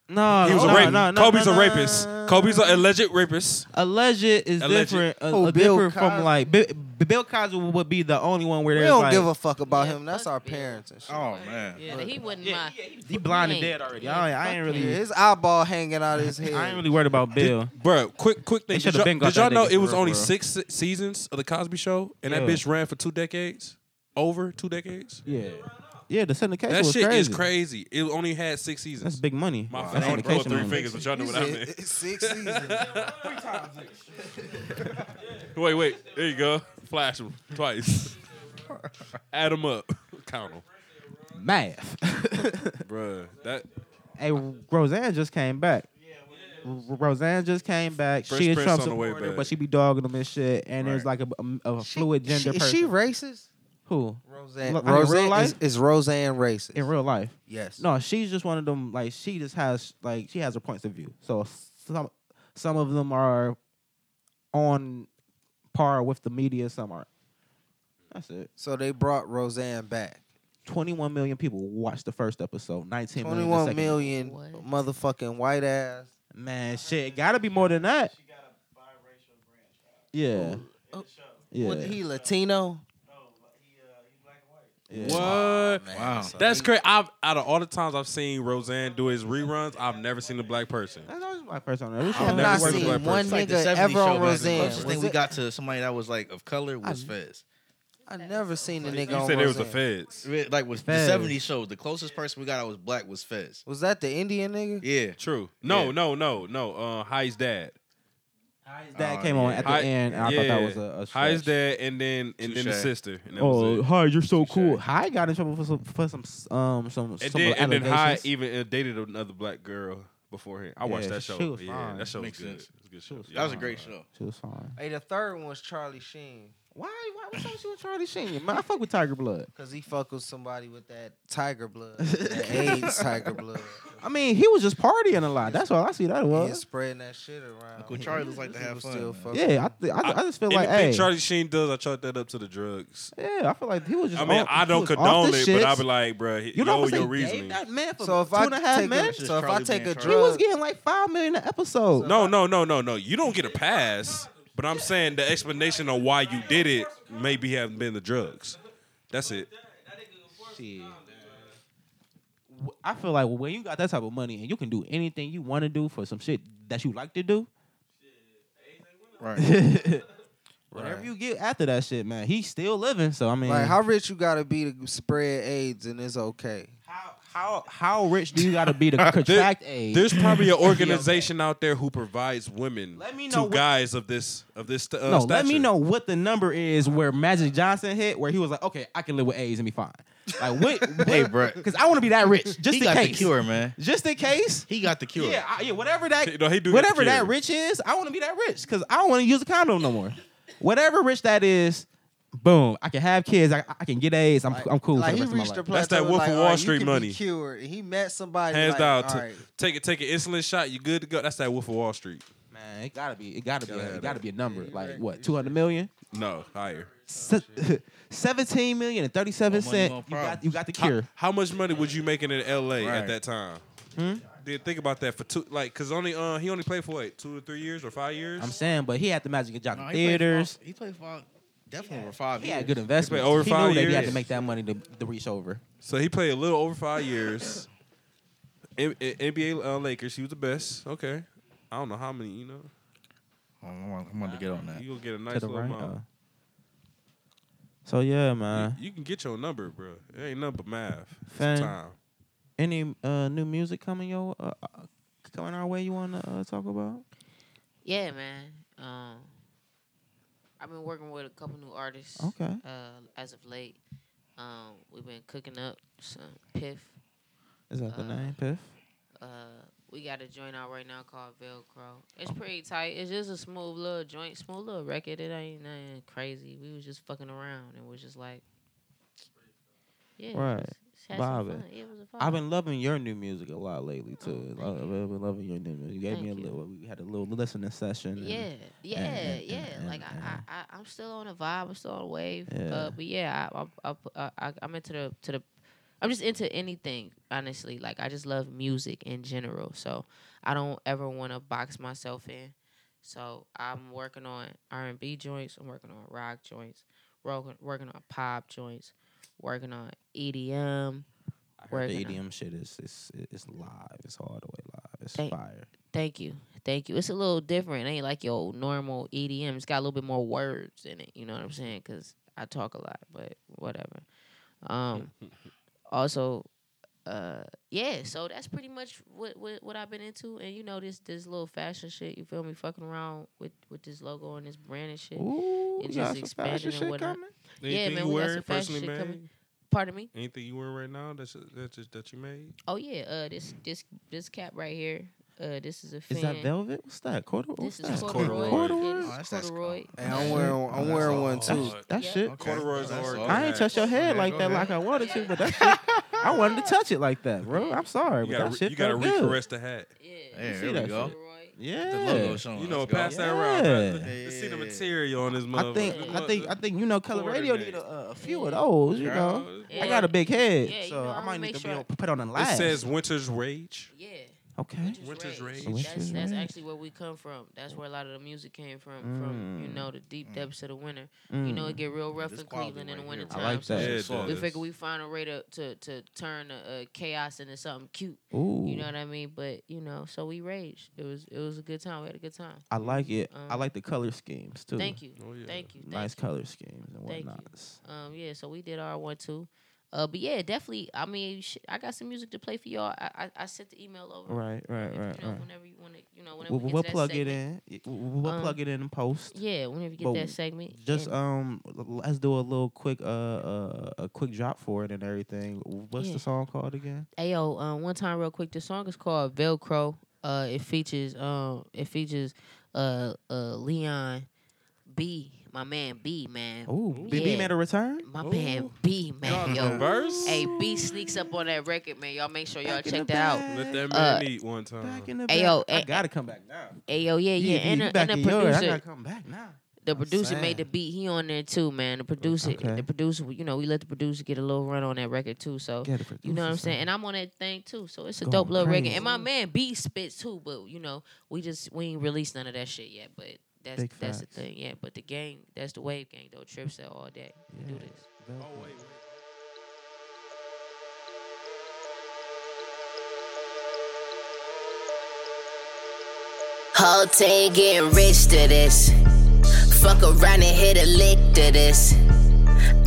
No, He was no, a rapist. no, no, Kobe's no, a no. rapist. Kobe's an alleged rapist. Alleged is Alleged. different. A, Oh, a Bill different Cosby. from like Bi- Bi- Bill Cosby would be the only one where we there's don't like give a fuck about Yeah, him. That's fuck our Bill. parents and shit. go. Oh man, Yeah, he wouldn't Yeah, mind. he blind and Yeah. dead already. I, ain't- I ain't really. Yeah, his eyeball hanging out his head. I ain't really worried about Bill. Bro, quick, quick They thing. Did should've y'all, been got did y'all that know nigga it was for real, only for real. six se- seasons of the Cosby Show, and that Yeah. bitch ran for two decades, over two decades. Yeah, yeah. The syndication That was shit crazy. is crazy. It only had six seasons. That's big money. My That's fault. I only throw syndication three money. fingers, but y'all know You what I said meant. Six seasons. Wait, wait. There you go. Flash them twice. Add them up. Count them. Math. Bruh. That Hey, Roseanne just came back. R- Roseanne just came back. Fresh she a Prince Trump on the way supporter, back. but she be dogging them and shit. And there's like a, a, a fluid She- gender is person. she racist? Who Roseanne. Look, I mean, real Roseanne life? is, is Roseanne racist? in real life? yes. No, she's just one of them. Like she just has like she has her points of view. So some some of them are on par with the media. Some aren't. That's it. So they brought Roseanne back. 21 million people watched the first episode. 19 million. the 21 second. million What? motherfucking white ass. Man, shit, it gotta be more than that. She got a biracial grandchild Yeah. Oh. in the show. Yeah. What, he Latino? No, but he uh, he black and white. yeah. what? Wow. so That's he- crazy. I've out of all the times I've seen Roseanne do his reruns, I've never seen a black person. That's always my first time. Which I have one? never not worked with seen black one It's nigga like the 70s ever show on back then. The Roseanne. closest thing Was we it- got to somebody that was like of color was I- Fez. I never seen a nigga You on said it was the Roseanne. feds. Re- Like was Fez. the '70s show. The closest person we got that was black was Fez. Was that the Indian nigga? Yeah. True. No, Yeah. no, no, no. Uh, Hi's dad. That Oh, came on yeah. at the Hi- end, and I thought that was a, a Hi's stretch. dad, and then and then the Touche. sister. And that was Oh, it. hi, you're so Touche. cool. Hi got in trouble for some for some um some And some then and then allegations. Hi even uh, dated another black girl beforehand. I watched Yeah, that she show. was yeah, fine. that show was Makes good. sense. It was a good show. That was a great show. e- she was fine. Hey, the third one was Charlie Sheen. Why? Why? What's up with you and Charlie Sheen? Man, I fuck with Tiger Blood. Cause he fuck with somebody with that tiger blood, that AIDS tiger blood. I mean, he was just partying a lot. That's all I see. That He was. is spreading that shit around. Uncle Charlie looks like to have People fun, still man. fuck with Yeah, I, him. th- I, I just feel like, Anything hey, Charlie Sheen does, I chalk that up to the drugs. yeah, I feel like he was just. I mean, on- I he don't was off condone the it, but I shits. be like, bruh, you you know know what your I'm saying? Gave reasoning. that man for So if two I and a half take a, minutes. Just so if I Charlie take being a Charlie. He was drug, getting like five million an episode. No, no, no, no, no. You don't get a pass. But I'm saying the explanation on why you did it maybe haven't been the drugs. That's it. Shit. W- I feel like when you got that type of money and you can do anything you want to do for some shit that you like to do, Right. whatever you get after that shit, man, he's still living. So I mean, like how rich you gotta be to spread AIDS and it's okay. how how how rich do you got to be to contract AIDS? There's probably an organization out there who provides women Let me to know what- guys of this of this uh, no, let me stature. know what the number is where Magic Johnson hit, where he was like, okay, I can live with AIDS and be fine. Like what? Hey, bro. because I want to be that rich just he in got case. the cure, man. Just in case. He got the cure. Yeah, I, yeah, whatever that, No, he do got the whatever that cure. rich is, I want to be that rich because I don't want to use a condom no more. whatever rich that is, boom, I can have kids, I, I can get AIDS, I'm, I'm cool. Like for he the rest reached of the my life. plateau. That's that Wolf like, of all Wall right, you Street can be money. Cured. And He met somebody. Hands like, down, all t- right. take it, take an insulin shot. You good to go. That's that Wolf of Wall Street. Man, it gotta be, it gotta be, Gotta have it gotta that. be a number. Like what, 200 million? No, higher. Se- 17 million and 37 More money, cent. more You got, problems. you got the How- cure. How, much money was you making in L.A. at Right. that time? Hmm? Did think about that for two, like, cause only uh he only played for what two or three years or five years. I'm saying, but he had the Magic and Johnson No, he played for- theaters. He played for definitely over five He years. had good investments. over he five knew that he had years. to make that money to, to reach over. so he played a little over five years. N- N- NBA uh, Lakers, he was the best. Okay, I don't know how many. You know, I'm on- I'm on to get on that. you gonna get a Uh, to nice the little right. amount. uh, so yeah, You- man. you, can get your number, bro. It ain't nothing but math. It's Uh-huh. Fam. time. Any uh, new music coming your uh, uh, coming our way? You want to uh, talk about? Yeah, man. Um, I've been working with a couple new artists. Okay. Uh, as of late, um, we've been cooking up some piff. Is that the Uh, name? Piff. Uh, we got a joint out right now called Velcro. It's pretty tight. It's just a smooth little joint, smooth little record. It ain't nothing crazy. We was just fucking around and was just like, yeah, Right. let's- let's have some Vibing. fun. Yeah, It was a vibe. I've been loving your new music a lot lately too. Oh, Lo- thank I've you. been loving your new music. You gave me a Thank you. little. We had a little listening session. and- Yeah, yeah, and- yeah. and- like and- uh, I, I, I, I'm still on a vibe. I'm still on a wave. Yeah. Uh, but yeah, I, I, I, pu- I- I, I'm into the to the. I'm just into anything, honestly. Like I just love music in general, so I don't ever want to box myself in. So I'm working on R&B joints. I'm working on rock joints. Working, working on pop joints. Working on E EDM. I heard the working on- EDM shit is it's it's live. It's all the way live. It's Thank- fire. Thank you. Thank you. It's a little different. It ain't like your normal EDM. It's got a little bit more words in it. You know what I'm saying? Because I talk a lot, but whatever. Um, also, uh, yeah. So that's pretty much what, what what I've been into. And you know this this little fashion shit. You feel me? Fucking around with with this logo and this brand and shit. Ooh, It you got just some expanded fashion and shit whatnot. coming. Yeah, Anything man, we you got wearing some fashion personally shit made? coming. Pardon me. Anything you wearing right now that's that's just that you made? Oh yeah. Uh, this this this cap right here. Uh, this is a fan. Is that velvet? What's that? Corduroy? This What's is that? corduroy. Corduroy? Yeah, this Oh, is that's- that's- corduroy. Hey, I'm wearing I'm wearing one too. That Yep. shit. Okay. Corduroys That's are- all I ain't right. touch your head Okay, like go that, ahead. like I wanted to, but that shit, I wanted to touch it like that, bro. I'm sorry, You but gotta, that re- shit you gotta felt good. re-caress the hat. Yeah. There, see there that we go. Corduroy. Yeah, The logo showing. Oh, You know, let's go. pass that Yeah. around. Let's, Yeah, let's see the yeah, yeah. material on this I motherfucker. think, I think, I think you know, color radio Coordinate. need a, a few of those. You Girl. know, Yeah. I got a big head, Yeah, you so know, I I'ma might need make to sure be I- able to put on a It last. says Winter's Rage. Yeah. okay, Winter's Rage. That's, Winter's that's Rage. actually where we come from. That's where a lot of the music came from. From you Mm. know the deep Mm. depths of the winter. You Mm. know it get real rough This in quality Cleveland in the right here. winter I time. like so that. Yeah, That's all. We does. figure we find a way to to, to turn the uh, chaos into something cute. Ooh, You know what I mean? But you know, so we raged. It was it was a good time. We had a good time. I like it. I Um, like the color schemes too. Thank you. Oh, yeah. Thank you. Thank Nice you. color schemes and Thank you. whatnot. Um, yeah, so we did our one too. Uh, but yeah, definitely. I mean, shit, I got some music to play for y'all. I I, I sent the email over. Right, right, You right, know, right. whenever you want to, you know, whenever We'll, we get we'll to that plug it segment. in. Yeah, We'll, we'll Um, plug it in and post. Yeah, whenever you get But that segment. Just and um, l- let's do a little quick uh, uh a quick drop for it and everything. What's Yeah. the song called again? ayo, um, one time real quick. The song is called Velcro. Uh, it features um, it features uh, uh, Leon B, my man B, man, Oh, BB Yeah. made a return. my man B, man, Jonathan yo. Burst? Hey, B sneaks up on that record, man. Y'all make sure y'all Back in check the that out. bag. Let that Uh, man eat one time. Back in the back. Ayo, I eh, gotta come back now. Ayo, yeah, yeah, BB, and you a, back and a in yours. I producer. gotta come back now. The I'm producer made the saying. beat. He on there too, man. The producer, Okay. the producer. You know, we let the producer get a little run on that record too. So Get it, you know what I'm producer. saying. And I'm on that thing too. So it's a Going dope little record. crazy. And my man B spits too, but you know, we just we ain't released none of that shit yet. But that's Big that's facts. the thing, yeah. But the gang, that's the wave gang though. Trip said all day. Yeah. Do this. Velcro. Whole team getting rich to this. Fuck around and hit a lick to this.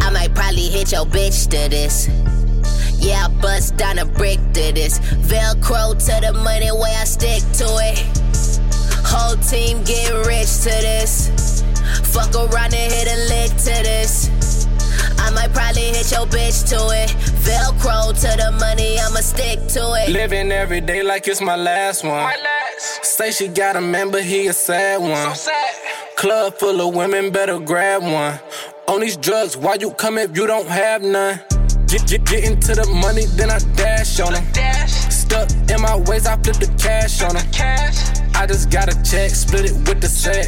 I might probably hit your bitch to this. Yeah, I bust down a brick to this. Velcro to the money way I stick to it. Whole team getting rich to this. Fuck around and hit a lick to this. I might probably hit your bitch to it. Velcro to the money, I'ma stick to it. Living every day like it's my last one. Say she got a man, but he a sad one. Club full of women, better grab one. On these drugs, why you come if you don't have none? Get, get, get into the money, then I dash on them. Stuck in my ways, I flip the cash on them. I just got a check, split it with the set.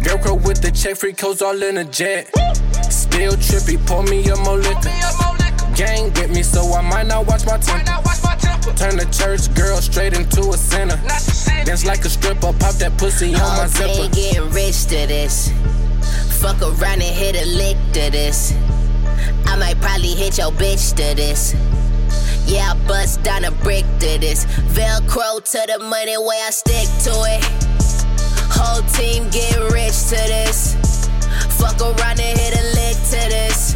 Velcro with the check, free coats all in a jet. Still trippy, pour me a more liquor. Gang with me, so I might not watch my temper. Turn the church girl straight into a sinner. Dance like a stripper, pop that pussy on my All day zipper. getting rich to this. Fuck around and hit a lick to this. I might probably hit your bitch to this. Yeah, I bust down a brick to this. Velcro to the money way I stick to it. Whole team getting rich to this. Fuck around and hit a lick to this.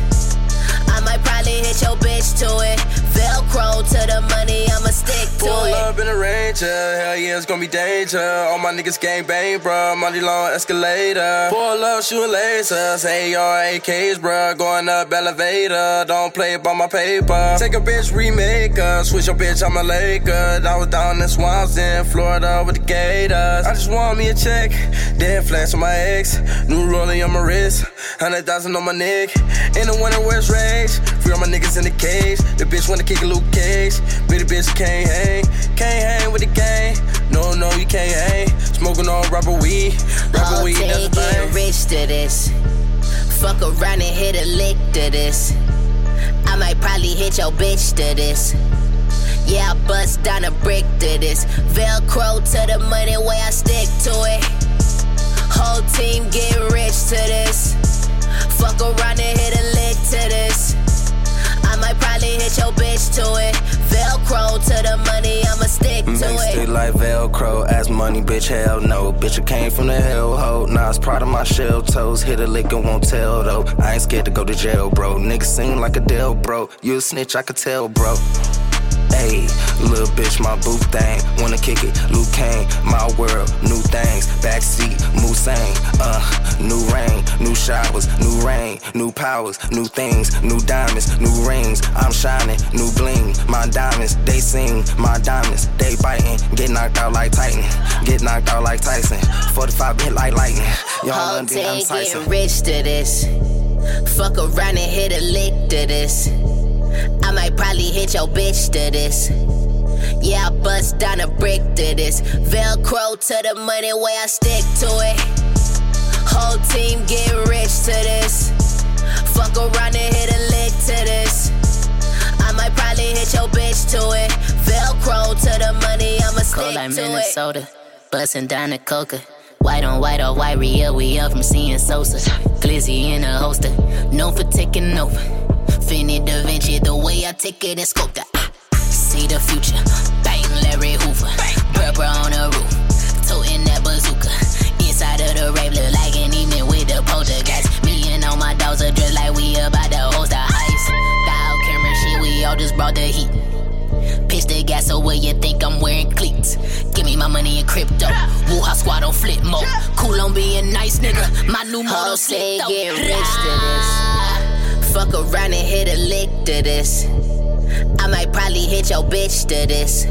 I might probably hit your bitch to it. Velcro to the money, to Pull it. up in a Ranger, hell yeah, it's gonna be danger. All my niggas gang bang, bro. Money long escalator. Pull up, shooting lasers, AR, AKs, bro. Going up elevator, don't play by my paper. Take a bitch, remake her. Switch your bitch, I'm a Laker. I was down in Swanson, Florida with the Gators. I just want me a check, then flash on my ex. New rolling on my wrist, 100,000 on my neck. In the winter, where's rage? Free all my niggas in the cage. The bitch wanna kick a Luke Cage. Bitty bitch can't hang. Can't hang with the gang. No, no, you can't hang. Smoking on rubber weed. Rubber all weed, day that's a getting thing. rich to this. Fuck around and hit a lick to this. I might probably hit your bitch to this. Yeah, I bust down a brick to this. Velcro to the money way I stick to it. Whole team getting rich to this. Fuck around and hit a lick to this. I might probably hit your bitch to it. Velcro to the money, I'ma stick to Make it. stick like Velcro, ass money, bitch, hell no. Bitch, I came from the hellhole. Nah, I was proud of my shell toes. Hit a lick and won't tell though. I ain't scared to go to jail, bro. Nigga seem like a Dell, bro. You a snitch, I could tell, bro. Hey, little bitch, my boo thing. Wanna kick it, Luke Kane, my world, new things. Backseat, Mousang, uh, new rain, new showers, new rain, new powers, new things, new diamonds, new rings. I'm shining, new bling. My diamonds, they sing, my diamonds, they biting. Get knocked out like Titan, get knocked out like Tyson. 45 hit like lightning. Y'all Whole done be, I'm team Tyson. getting rich to this. Fuck around and hit a lick to this. I might probably hit your bitch to this. Yeah, I bust down a brick to this. Velcro to the money way I stick to it. Whole team getting rich to this. Fuck around and hit a lick to this. I might probably hit your bitch to it. Velcro to the money, I'ma stick Cold like to it. Minnesota, bustin' down the coca. White on white or white real, we up from seeing Sosa. Glizzy in a holster, known for taking over. Finny Da Vinci, the way I take it and scope that. Ah, See the future, bang Larry Hoover, Berber on the roof, toting that bazooka. Inside of the rave, look like an evening with the poltergeist. Me and all my dogs are dressed like we about to host the heist. Dial camera shit, we all just brought the heat. Pitch the gas so where you think I'm wearing cleats. Give me my money in crypto. Woo ha squad on flip mode. Cool on being nice, nigga. My new motto Whole slick sled though. Ah. getting rich to this. Fuck around and hit a lick to this. I might probably hit your bitch to this.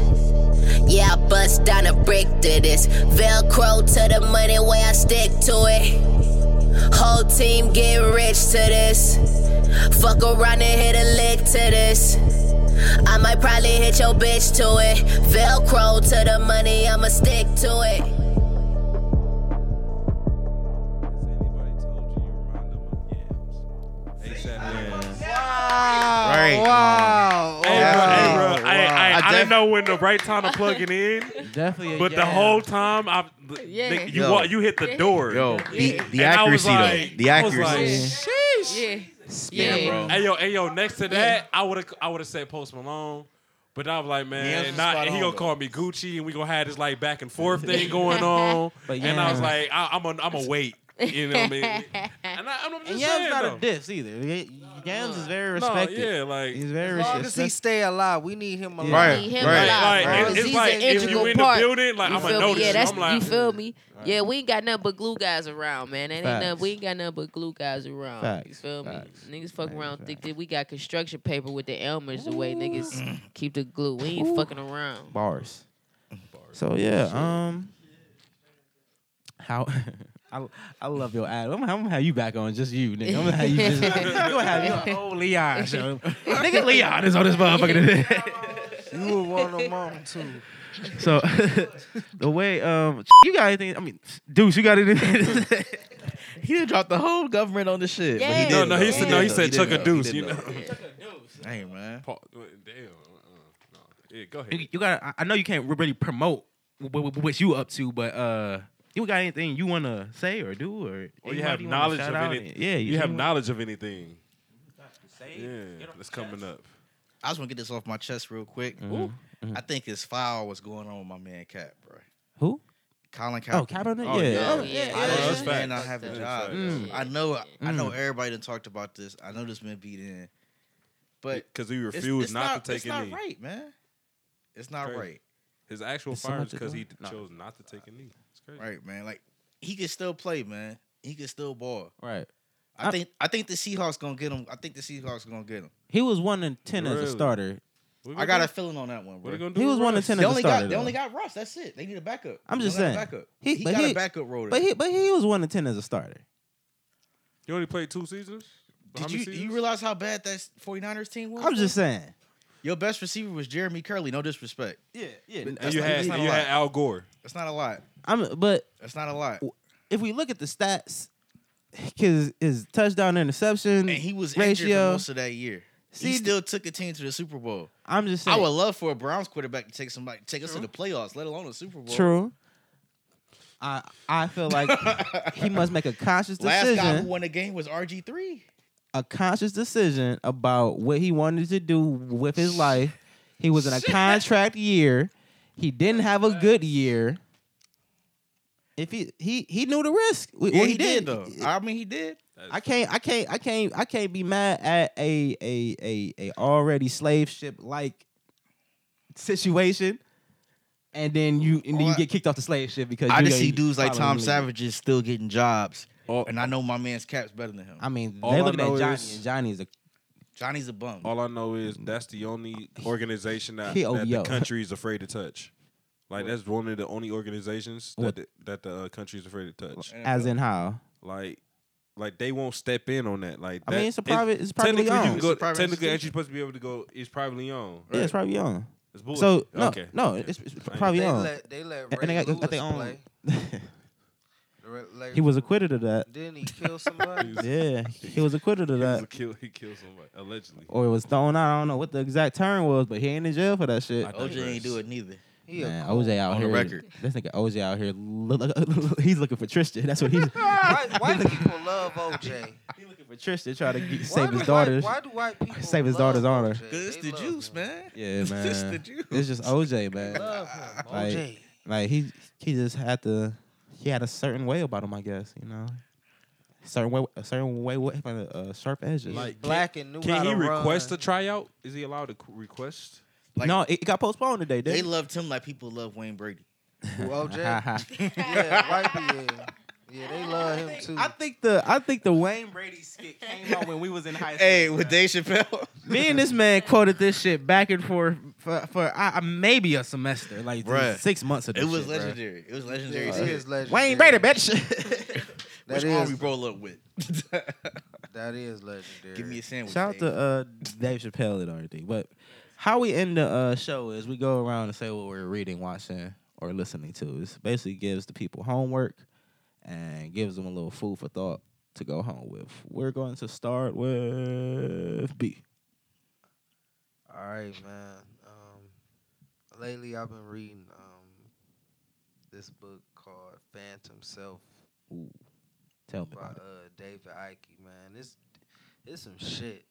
Yeah, I bust down a brick to this. Velcro to the money way I stick to it. Whole team getting rich to this. Fuck around and hit a lick to this. I might probably hit your bitch to it. Velcro to the money, I'ma stick to it. Right. Wow. Hey, Oh, bro, hey, bro. I, I, I, I didn't def- know when the right time to plug it in, Definitely. a but the yeah. whole time, I, Yeah. nigga, you Yo. walk, you hit the door. Yo, the, the And I was accuracy like- though. The I was accuracy. Yeah. Spin, Yeah. bro. Hey yo, hey yo. Next to that, I would have, I would have said Post Malone, but I was like, man, Yams was nah, spot he on, gonna though. call me Gucci, and we gonna have this like back and forth thing going on. But And I was yeah. like, I, I'm gonna, I'm gonna wait. You know what I mean? And I, I'm just And saying, Yams not though. a diss either. Y- Yams is very No, respected. yeah, like He's very As long as he respected. stay alive, we need him alive. Right. need him right, alive, like, bro. it's- it's He's like an if integral you in the part. building, like, You I'ma feel me? notice. Yeah, that's, I'm like- you feel me? Yeah, we ain't got nothing but glue guys around, man. That ain't Facts. nothing. We ain't got nothing but glue guys around. You Facts, feel me? facts, Niggas fuck facts, around facts. think that we got construction paper with the Elmers the way niggas keep the glue. We ain't fucking around. bars. So yeah, um, how I I love your ad. I'm, I'm gonna have you back on just you, nigga. I'm gonna have you just. I'm gonna have you. Oh, Leon, show. nigga, Leon is on this motherfucker today. You would want him on too. So the way um you got anything? I mean, Deuce, you got anything? He done dropped the whole government on this shit. but he Yeah. No, didn't, no, he though. said no. He didn't, said though. Chuck He a didn't, deuce. though. You know. Hey man. Pa- Damn. uh-uh, no. Yeah, go ahead. you, you got. I- I know you can't really promote wh- wh- what you up to, but uh. You got anything you want to say or do, or, Or you anybody have wanna knowledge shout of out? anything. Yeah, You have anyone- knowledge of anything. Yeah, that's coming up. I just want to get this off my chest real quick. Mhm, I think it's foul what's going on with my man Cap, bro. Who? Colin Kaepernick. Oh, Kaepernick. Oh, yeah. yeah. Oh, I yeah, know that's this man facts. not have a That's job. facts. Mm. I know. I know Mm. everybody done talked about this. I know this been beat in, but Because he it's- refused it's not, to it's take not any. right, man. It's not Crazy. right. His actual There's so fire much is to because do. he No. chose not to take a knee. It's crazy. Right, man. Like he can still play, man. He can still ball. Right. I I- think I think the Seahawks gonna get him. I think the Seahawks gonna get him. He was one in ten as Really? a starter. What we I got gonna a feeling on that one, do? What bro. are you gonna do? He with was one in Russ? ten They as a only got starter. they only though. got Russ. That's it. They need a backup. I'm They just don't have a saying. backup. He- He, but got he- a backup role. But he but he was one in ten as a starter. You only played two seasons. did How many you do you seasons? realize how bad that 49ers team was? I'm bro? just saying. your best receiver was Jeremy Curley. No disrespect. Yeah, yeah. And you had that's not and a you lot. had Al Gore. That's not a lot. I'm but That's not a lot. if we look at the stats, his his touchdown interception And he was injured for ratio. most of that year. See, he still took a team to the Super Bowl. I'm just I saying. would love for a Browns quarterback to take somebody take us to the playoffs, let alone the Super Bowl. True. I I feel like he must make a conscious Last guy who decision, won the game was RG three. a conscious decision about what he wanted to do with his life. He was in a contract year. He didn't have a good year. If he he he knew the risk. Well, Yeah, he, did though. I mean, he did. I can't I can't I can't I can't be mad at a a a, a already slave ship like situation and then you and then Well, you get kicked off the slave ship because I you just know see you dudes like following Tom the lead. Savage is still getting jobs, and I know my man's cap's better than him. I mean All I they looking know at Johnny is- and Johnny is a Johnny's a bum. All I know is that's the only organization that, Mm-hmm. Oh, He oh, that the OVO. country is afraid to touch. Like that's one of the only organizations that What? the, that the uh, country is afraid to touch. as in how Like, like they won't step in on that. Like, I mean, that- it's a private- it's privately owned. technically You It's can a go, private technically, ain't institution. you supposed to be able to go? It's privately owned. yeah it's probably on It's bullshit. so no okay. no it's, it's I ain't- probably They on let they let Ray and they got, Lewis got their play. own Ray- Ray- he was acquitted of that Didn't he kill somebody? yeah he was acquitted of He, was a that kill, he killed somebody allegedly. or it was thrown out I don't know what the exact term was but he ain't in jail for that shit I OJ ain't do it neither. He a Man, cool- OJ out On the here. record. This nigga OJ out here. Look, he's looking for Tristan. That's what he's White, white people love OJ. looking for. Tristan trying to get, Why save do his white- daughters. Why do white people Save his love daughter's honor. OJ? Cause it's They the love juice, him. man. Yeah, It's man. just the juice. It's just OJ, man. Love him. Like- OJ. Like he he just had to. He had a certain way about him, I guess. You know, certain way, a certain way with uh, uh, sharp edges. Like, He's black and knew how Can he to request a run. tryout? Is he allowed to qu- request? Like- no, it got postponed today. They Didn't it? loved him like people love Wayne Brady. Who, OJ? yeah, white people. Yeah, yeah, they love him too. I think the I think the Wayne Brady skit came out when we was in high school. Hey, with Dave Chappelle. Me and this man quoted this shit back and forth for for uh, maybe a semester, like Bruh. six months of It this was shit, bruh. legendary. It was Yeah, legendary. it shit. is legendary. Wayne Brady, bitch. That Which arm we is, roll up with? that is legendary. Give me a sandwich. Shout out Dave. to uh, Dave Chappelle and everything. But how we end the uh, show is we go around and say what we're reading, watching, or listening to. It basically gives the people homework and gives them a little food for thought to go home with. We're going to start with B. All right, man. Um, lately, I've been reading um, this book called Phantom Self Ooh, tell me by about it. uh, David Icke. Man, it's it's some shit.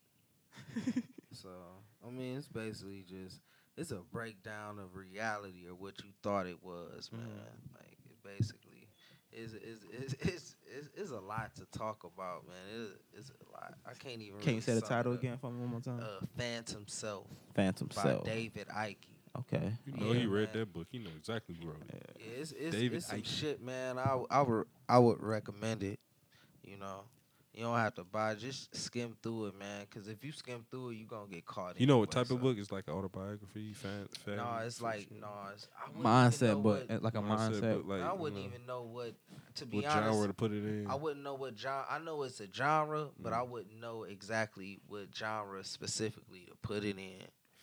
so I mean, it's basically just it's a breakdown of reality or what you thought it was, Mm. man. Like it basically. Is is is it's, it's, it's a lot to talk about, man. It, it's a lot. I can't even. Can really you say the sum title it up. again for me one more time? Uh, Phantom Self Phantom by Self. David Ike. Okay. You know he Yeah, read man. that book. He know exactly who wrote it. Yeah, it's it's, David it's some Icke. shit, man. I w- I would I would recommend it. You know, you don't have to buy. it. Just skim through it, man. Because if you skim through it, you gonna get caught. You know what anyway, type of so- book? It's like autobiography, fan. No, fan it's like no, it's I wouldn't even know Mindset, what- but eh, like a mindset. Like, I you wouldn't know, even know what. To be what honest, genre to put it in. Mm. I wouldn't know what genre. I know it's a genre, but I wouldn't know exactly what genre specifically to put it in.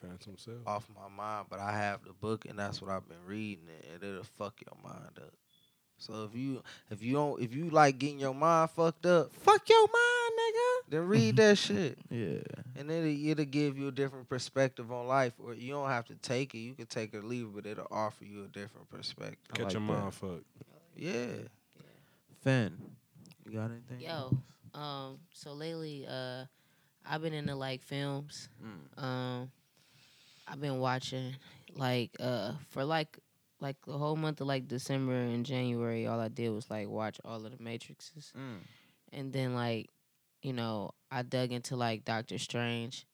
Phantom Self. off my mind, but I have the book and that's what I've been reading and it'll fuck your mind up. So if you if you don't if you like getting your mind fucked up, Fuck your mind, then read that shit. nigga. Yeah. And it'll it'll give you a different perspective on life. Or you don't have to take it. You can take it or leave it, but it'll offer you a different perspective. Catch like your that. mind fuck. Yeah. Finn, you got anything? Yo, um, so lately, uh, I've been into like films. Um, I've been watching like uh for like like the whole month of like December and January. All I did was like watch all of the Matrixes, and then like you know I dug into like Doctor Strange,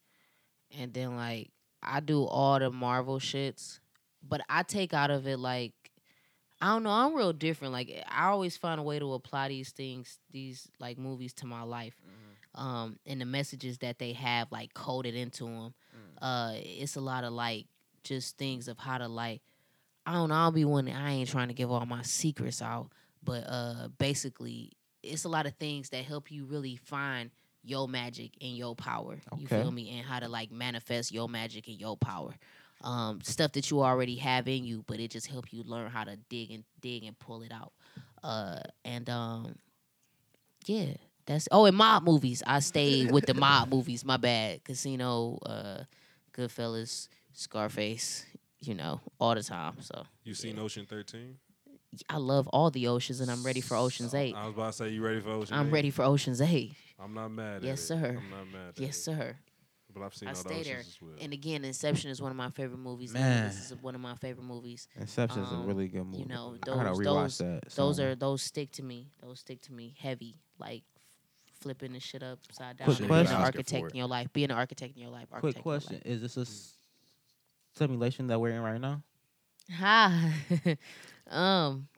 and then like I do all the Marvel shits. but I take out of it like I don't know. I'm real different. Like eh, I always find a way to apply these things, these like movies to my life, um, and the messages that they have like coded into them. Uh, it's a lot of like just things of how to like. I don't know. I'll be one. I ain't trying to give all my secrets out, but uh, basically, it's a lot of things that help you really find your magic and your power. You Okay. feel me? And how to like manifest your magic and your power um, stuff that you already have in you, but it just helps you learn how to dig and dig and pull it out. Uh, and um, yeah, that's oh, in mob movies, I stayed with the mob movies. My bad, Casino, uh, Goodfellas, Scarface. You know, all the time. So You seen Ocean 13? I love all the oceans, and I'm ready for Ocean's Eight. I was about to say, you ready for Ocean I'm 8? ready for Ocean's Eight. I'm not mad at Yes, it. sir. I'm not mad at Yes, it. sir. But I've seen I all the stay Oceans there. as well. And again, Inception is one of my favorite movies. Man. This is one of my favorite movies. Inception is a Um, really good movie. You know, I gotta those rewatch those that. those so- are those stick to me. Those stick to me heavy, like f- flipping the shit upside down. Quick and question. Being an Oscar for architect it. in your life. Being an architect in your life. Quick architect in your life. question: Is this a Mm. s- simulation that we're in right now? Ha. um.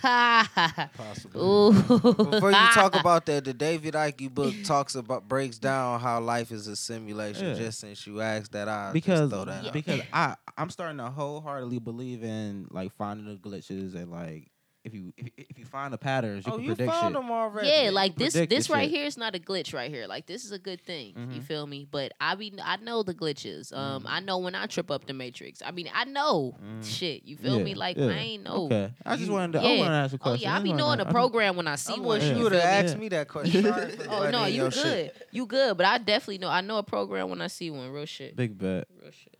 Ha. Possibly. Ooh. Before you talk about that, the David Icke book talks about breaks down how life is a simulation. Yeah. Just since you asked that, I Because just throw that out. because I I'm starting to wholeheartedly believe in like finding the glitches and like if you if, if you find the patterns, you oh, can you predict found shit. them already. Yeah, like this predict this this right shit. here is not a glitch right here. Like this is a good thing. You Mhm. feel me? But I mean I know the glitches. Um I know when I trip up the matrix. I mean I know Mm-hmm. Mm. shit. You feel Yeah, me? Like yeah. I ain't know. Okay, I just You- wanted to I Yeah. wanted to ask a Oh question. yeah, I just be wanted knowing to- the I know- program when I see I one. wish Yeah. you You would feel have me? asked Yeah. me that question. Sorry for Oh butting no, in you your good. shit. You good, but I definitely know. I know a program when I see one. Real shit. Big bet. Real shit.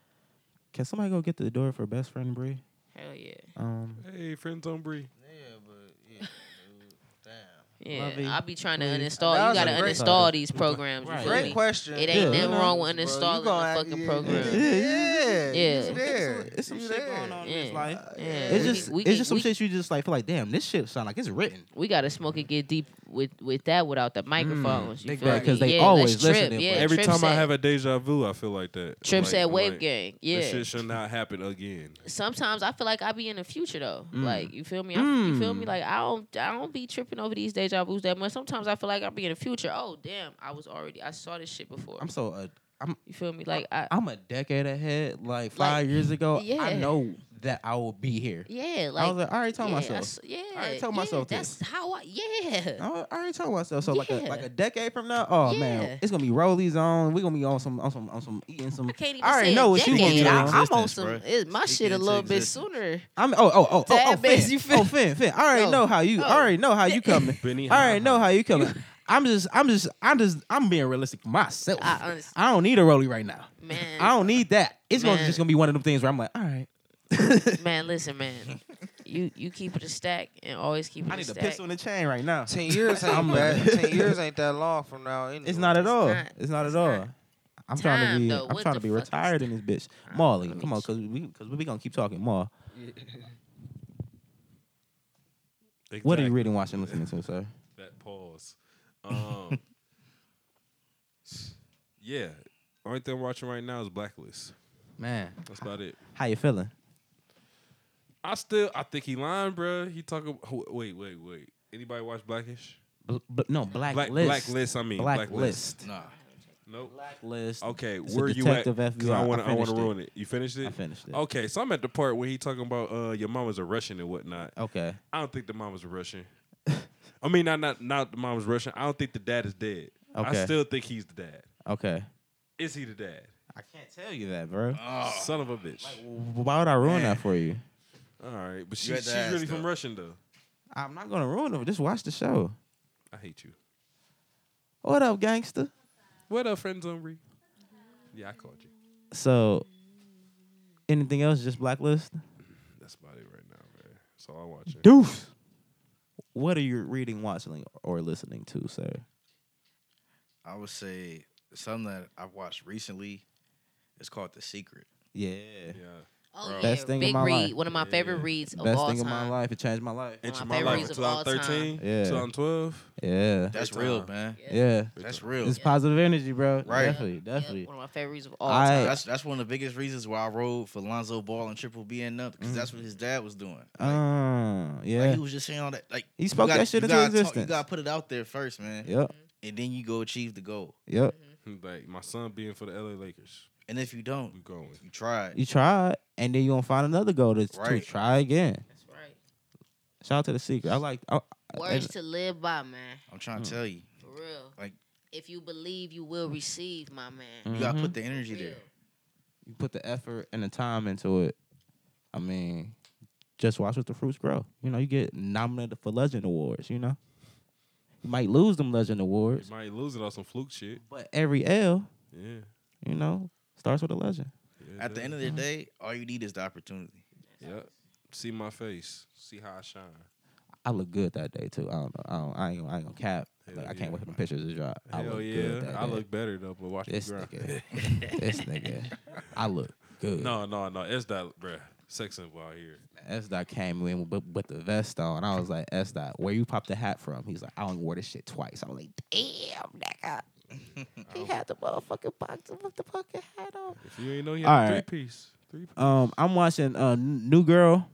Can somebody go get the door for best friend Bree? Hell yeah. Um, Hey, friends on Bree. Yeah, but yeah, dude, damn. Yeah. Lovey, I be trying to Bree. uninstall. That You was a gotta great uninstall topic. these programs. you Right. feel Really? Great me? question. It ain't Yeah. nothing wrong with Bro, you uninstalling gonna- a fucking yeah, program. Yeah. Yeah. Yeah, you there. it's some You shit there. going on in this Yeah. life. Yeah, It's we- just we it's can- just some we- shit you just like feel like damn this shit sound like it's written. We gotta smoke and get deep with with that without Mm. the microphones. you big feel fact, 'cause me? they yeah, always let's trip. listening, yeah, but- Every Trip time I said- have a deja vu, I feel like that. I'm Trip like- said I'm wave like, gang. This Yeah. shit should not happen again. Sometimes I feel like I be in the future though. Mm. Like you feel me? I, You feel me? Mm. Like I don't I don't be tripping over these deja vu's that much. Sometimes I feel like I be in the future. Oh damn, I was already I saw this shit before. I'm so uh, you feel me? Like I I'm a decade ahead. Like five years ago, I yeah. know that I will be here. yeah, like I was like I already told yeah, I myself. s- yeah, I already told yeah, myself that's this. how I yeah. I wa- I already told myself so like a, Yeah. like a decade from now. Oh Yeah. man, it's gonna be rollies on. We're gonna be on some on some on some eating some. I can't even I already say know a what you gonna decade. be I- on. I'm on Existence, some. bruh. It, my Speaking shit a into little bit existence. sooner. I'm oh oh oh oh, oh That Finn, makes you oh Finn Finn. I already No. know how you. I No. already know how you coming. Benny, I already Ha- know how you coming. I'm just I'm just I'm just I'm being realistic myself. I honestly- I don't need a rollie right now. Man, I don't need that. It's gonna Man. just gonna be one of them things where I'm like, all right. man, listen, man. You you keep it a stack and always keep it I a need a stack. pistol in the chain right now. Ten years ain't I'm like- that. Ten years ain't that long from now. Anyway. It's not at all. not. It's not It's at all. not. I'm trying to Time, be. though. I'm What trying the to be fuck is retired in this bitch. Alright, Molly, let me come on, ch- cause we cause we gonna keep talking. Molly, what are you Exactly. reading, watching, listening to, sir? That pause. Um, yeah. Only thing I'm watching right now is Blacklist. Man, That's about it. how you feeling? I still, I think he lying, bruh. He talking. oh, Wait, wait, wait. Anybody watch Blackish? Bl- bl- no, black, Black, list. Blacklist. I mean, Blacklist. Blacklist. Nah. Nope. List. Okay, It's a where you at? detective 'Cause FBI. I I want to, I want to finished it. ruin it. You finished it. I finished it. Okay, so I'm at the part where he talking about uh your mama's a Russian and whatnot. Okay. I don't think the mom was a Russian. I mean, not not not the mom was Russian. I don't think the dad is dead. I Okay. still think he's the dad. Okay. Is he the dad? I can't tell you that, bro. Oh, Son of a bitch. Why would I ruin that for you? All right, but she, had to she's ask, really from though. Russian though. I'm not gonna ruin it. Just watch the show. I hate you. What up, gangster? What up, friends, Umbry? Mm-hmm. Yeah, I called you. So, anything else? Just blacklist. That's about it right now, man. That's all I'm watching. Deuce. What are you reading, watching, or listening to, sir? I would say something that I've watched recently. It's called The Secret. Yeah. Yeah, Oh, yeah. Best thing in Big my read, life. one of my favorite reads of Best all thing time. in my life. It changed my life. One of Bitch, my my favorite life. reads of all time. 2013, Yeah. 2012. Yeah. That's Big real, time. man. Yeah. Yeah. That's real. It's positive energy, bro. Right. Definitely. Yep, Definitely. one of my favorite reads of all I- time. That's that's one of the biggest reasons why I rode for Lonzo Ball and Triple B and nothing because that's what his dad was doing. Like, Um. like, Mm. Yeah. he was just saying all that. Like He spoke you that shit you into gotta talk- existence. you gotta put it out there first, man, Yep. and then you go achieve the goal. Yep. Like my son being for the LA Lakers. And if you We don't, going. you tried. You tried, and then you gonna find another goal to, to Right. try again. That's right. Shout out to the secret. I like. I, I- Words to live by, man. I'm trying to tell you, For real. Like- if you believe, you will receive, my man. you gotta Mhm. put the energy there. Real. you put the effort and the time into it. I mean, just watch what the fruits grow. You know, you get nominated for legend awards. You know, you might lose them legend You awards, might lose it on some fluke shit. but every L, Yeah. you know, starts with a legend. yeah At the end of the day, all you need is the opportunity. Yep. See my face. See how I shine. I look good that day too. I don't know. I, don't, I ain't. gonna- I ain't gonna cap. Hell Like, I yeah. can't wait for the pictures to drop. I Hell look yeah. good that I day. look better though, but watch This the ground. nigga. this nigga. I look good. No, no, no. It's that, bruh. Sex symbol out here. S dot came in with, with the vest on. I was like, S dot, where you popped the hat from? He's like, I only wore this shit twice. I was like, damn, nigga. He had the motherfucking box with the fucking hat on. If you ain't know, you All had a right. three piece. Three piece. Um, I'm watching uh N- New Girl,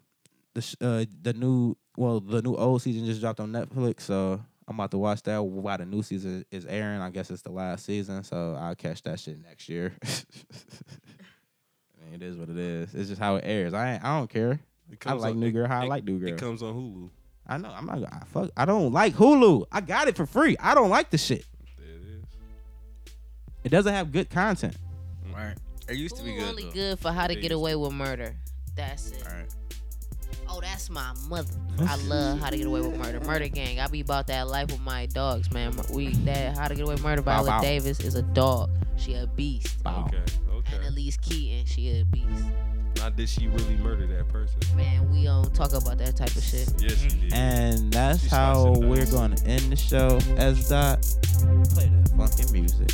the sh- uh the new well the new old season just dropped on Netflix, so I'm about to watch that while the new season is airing. I guess it's the last season, so I'll catch that shit next year. I mean, it is what it is. It's just how it airs. I ain't, I don't care. It I comes like on- New it- Girl. How I it- like New Girl. It comes on Hulu. I know. I'm not. I fuck. I don't like Hulu. I got it for free. I don't like the shit. There it is. It doesn't have good content. Right? It used to be Who good. only though. good for how to They get used away with murder. That's it. All right. Oh, that's my mother. I love how to get away with murder. Murder gang. I be about that life with my dogs, man. We that how to get away with murder. Bow, Viola bow. Davis is a dog. She a beast. Wow. Okay. And Okay. Elise Keaton, she a beast. Now, did she really murder that person? Man, we don't talk about that type of shit. Yes, she did. And that's She's how smashing we're nuts. going to end the show. S dot. Play that fucking music.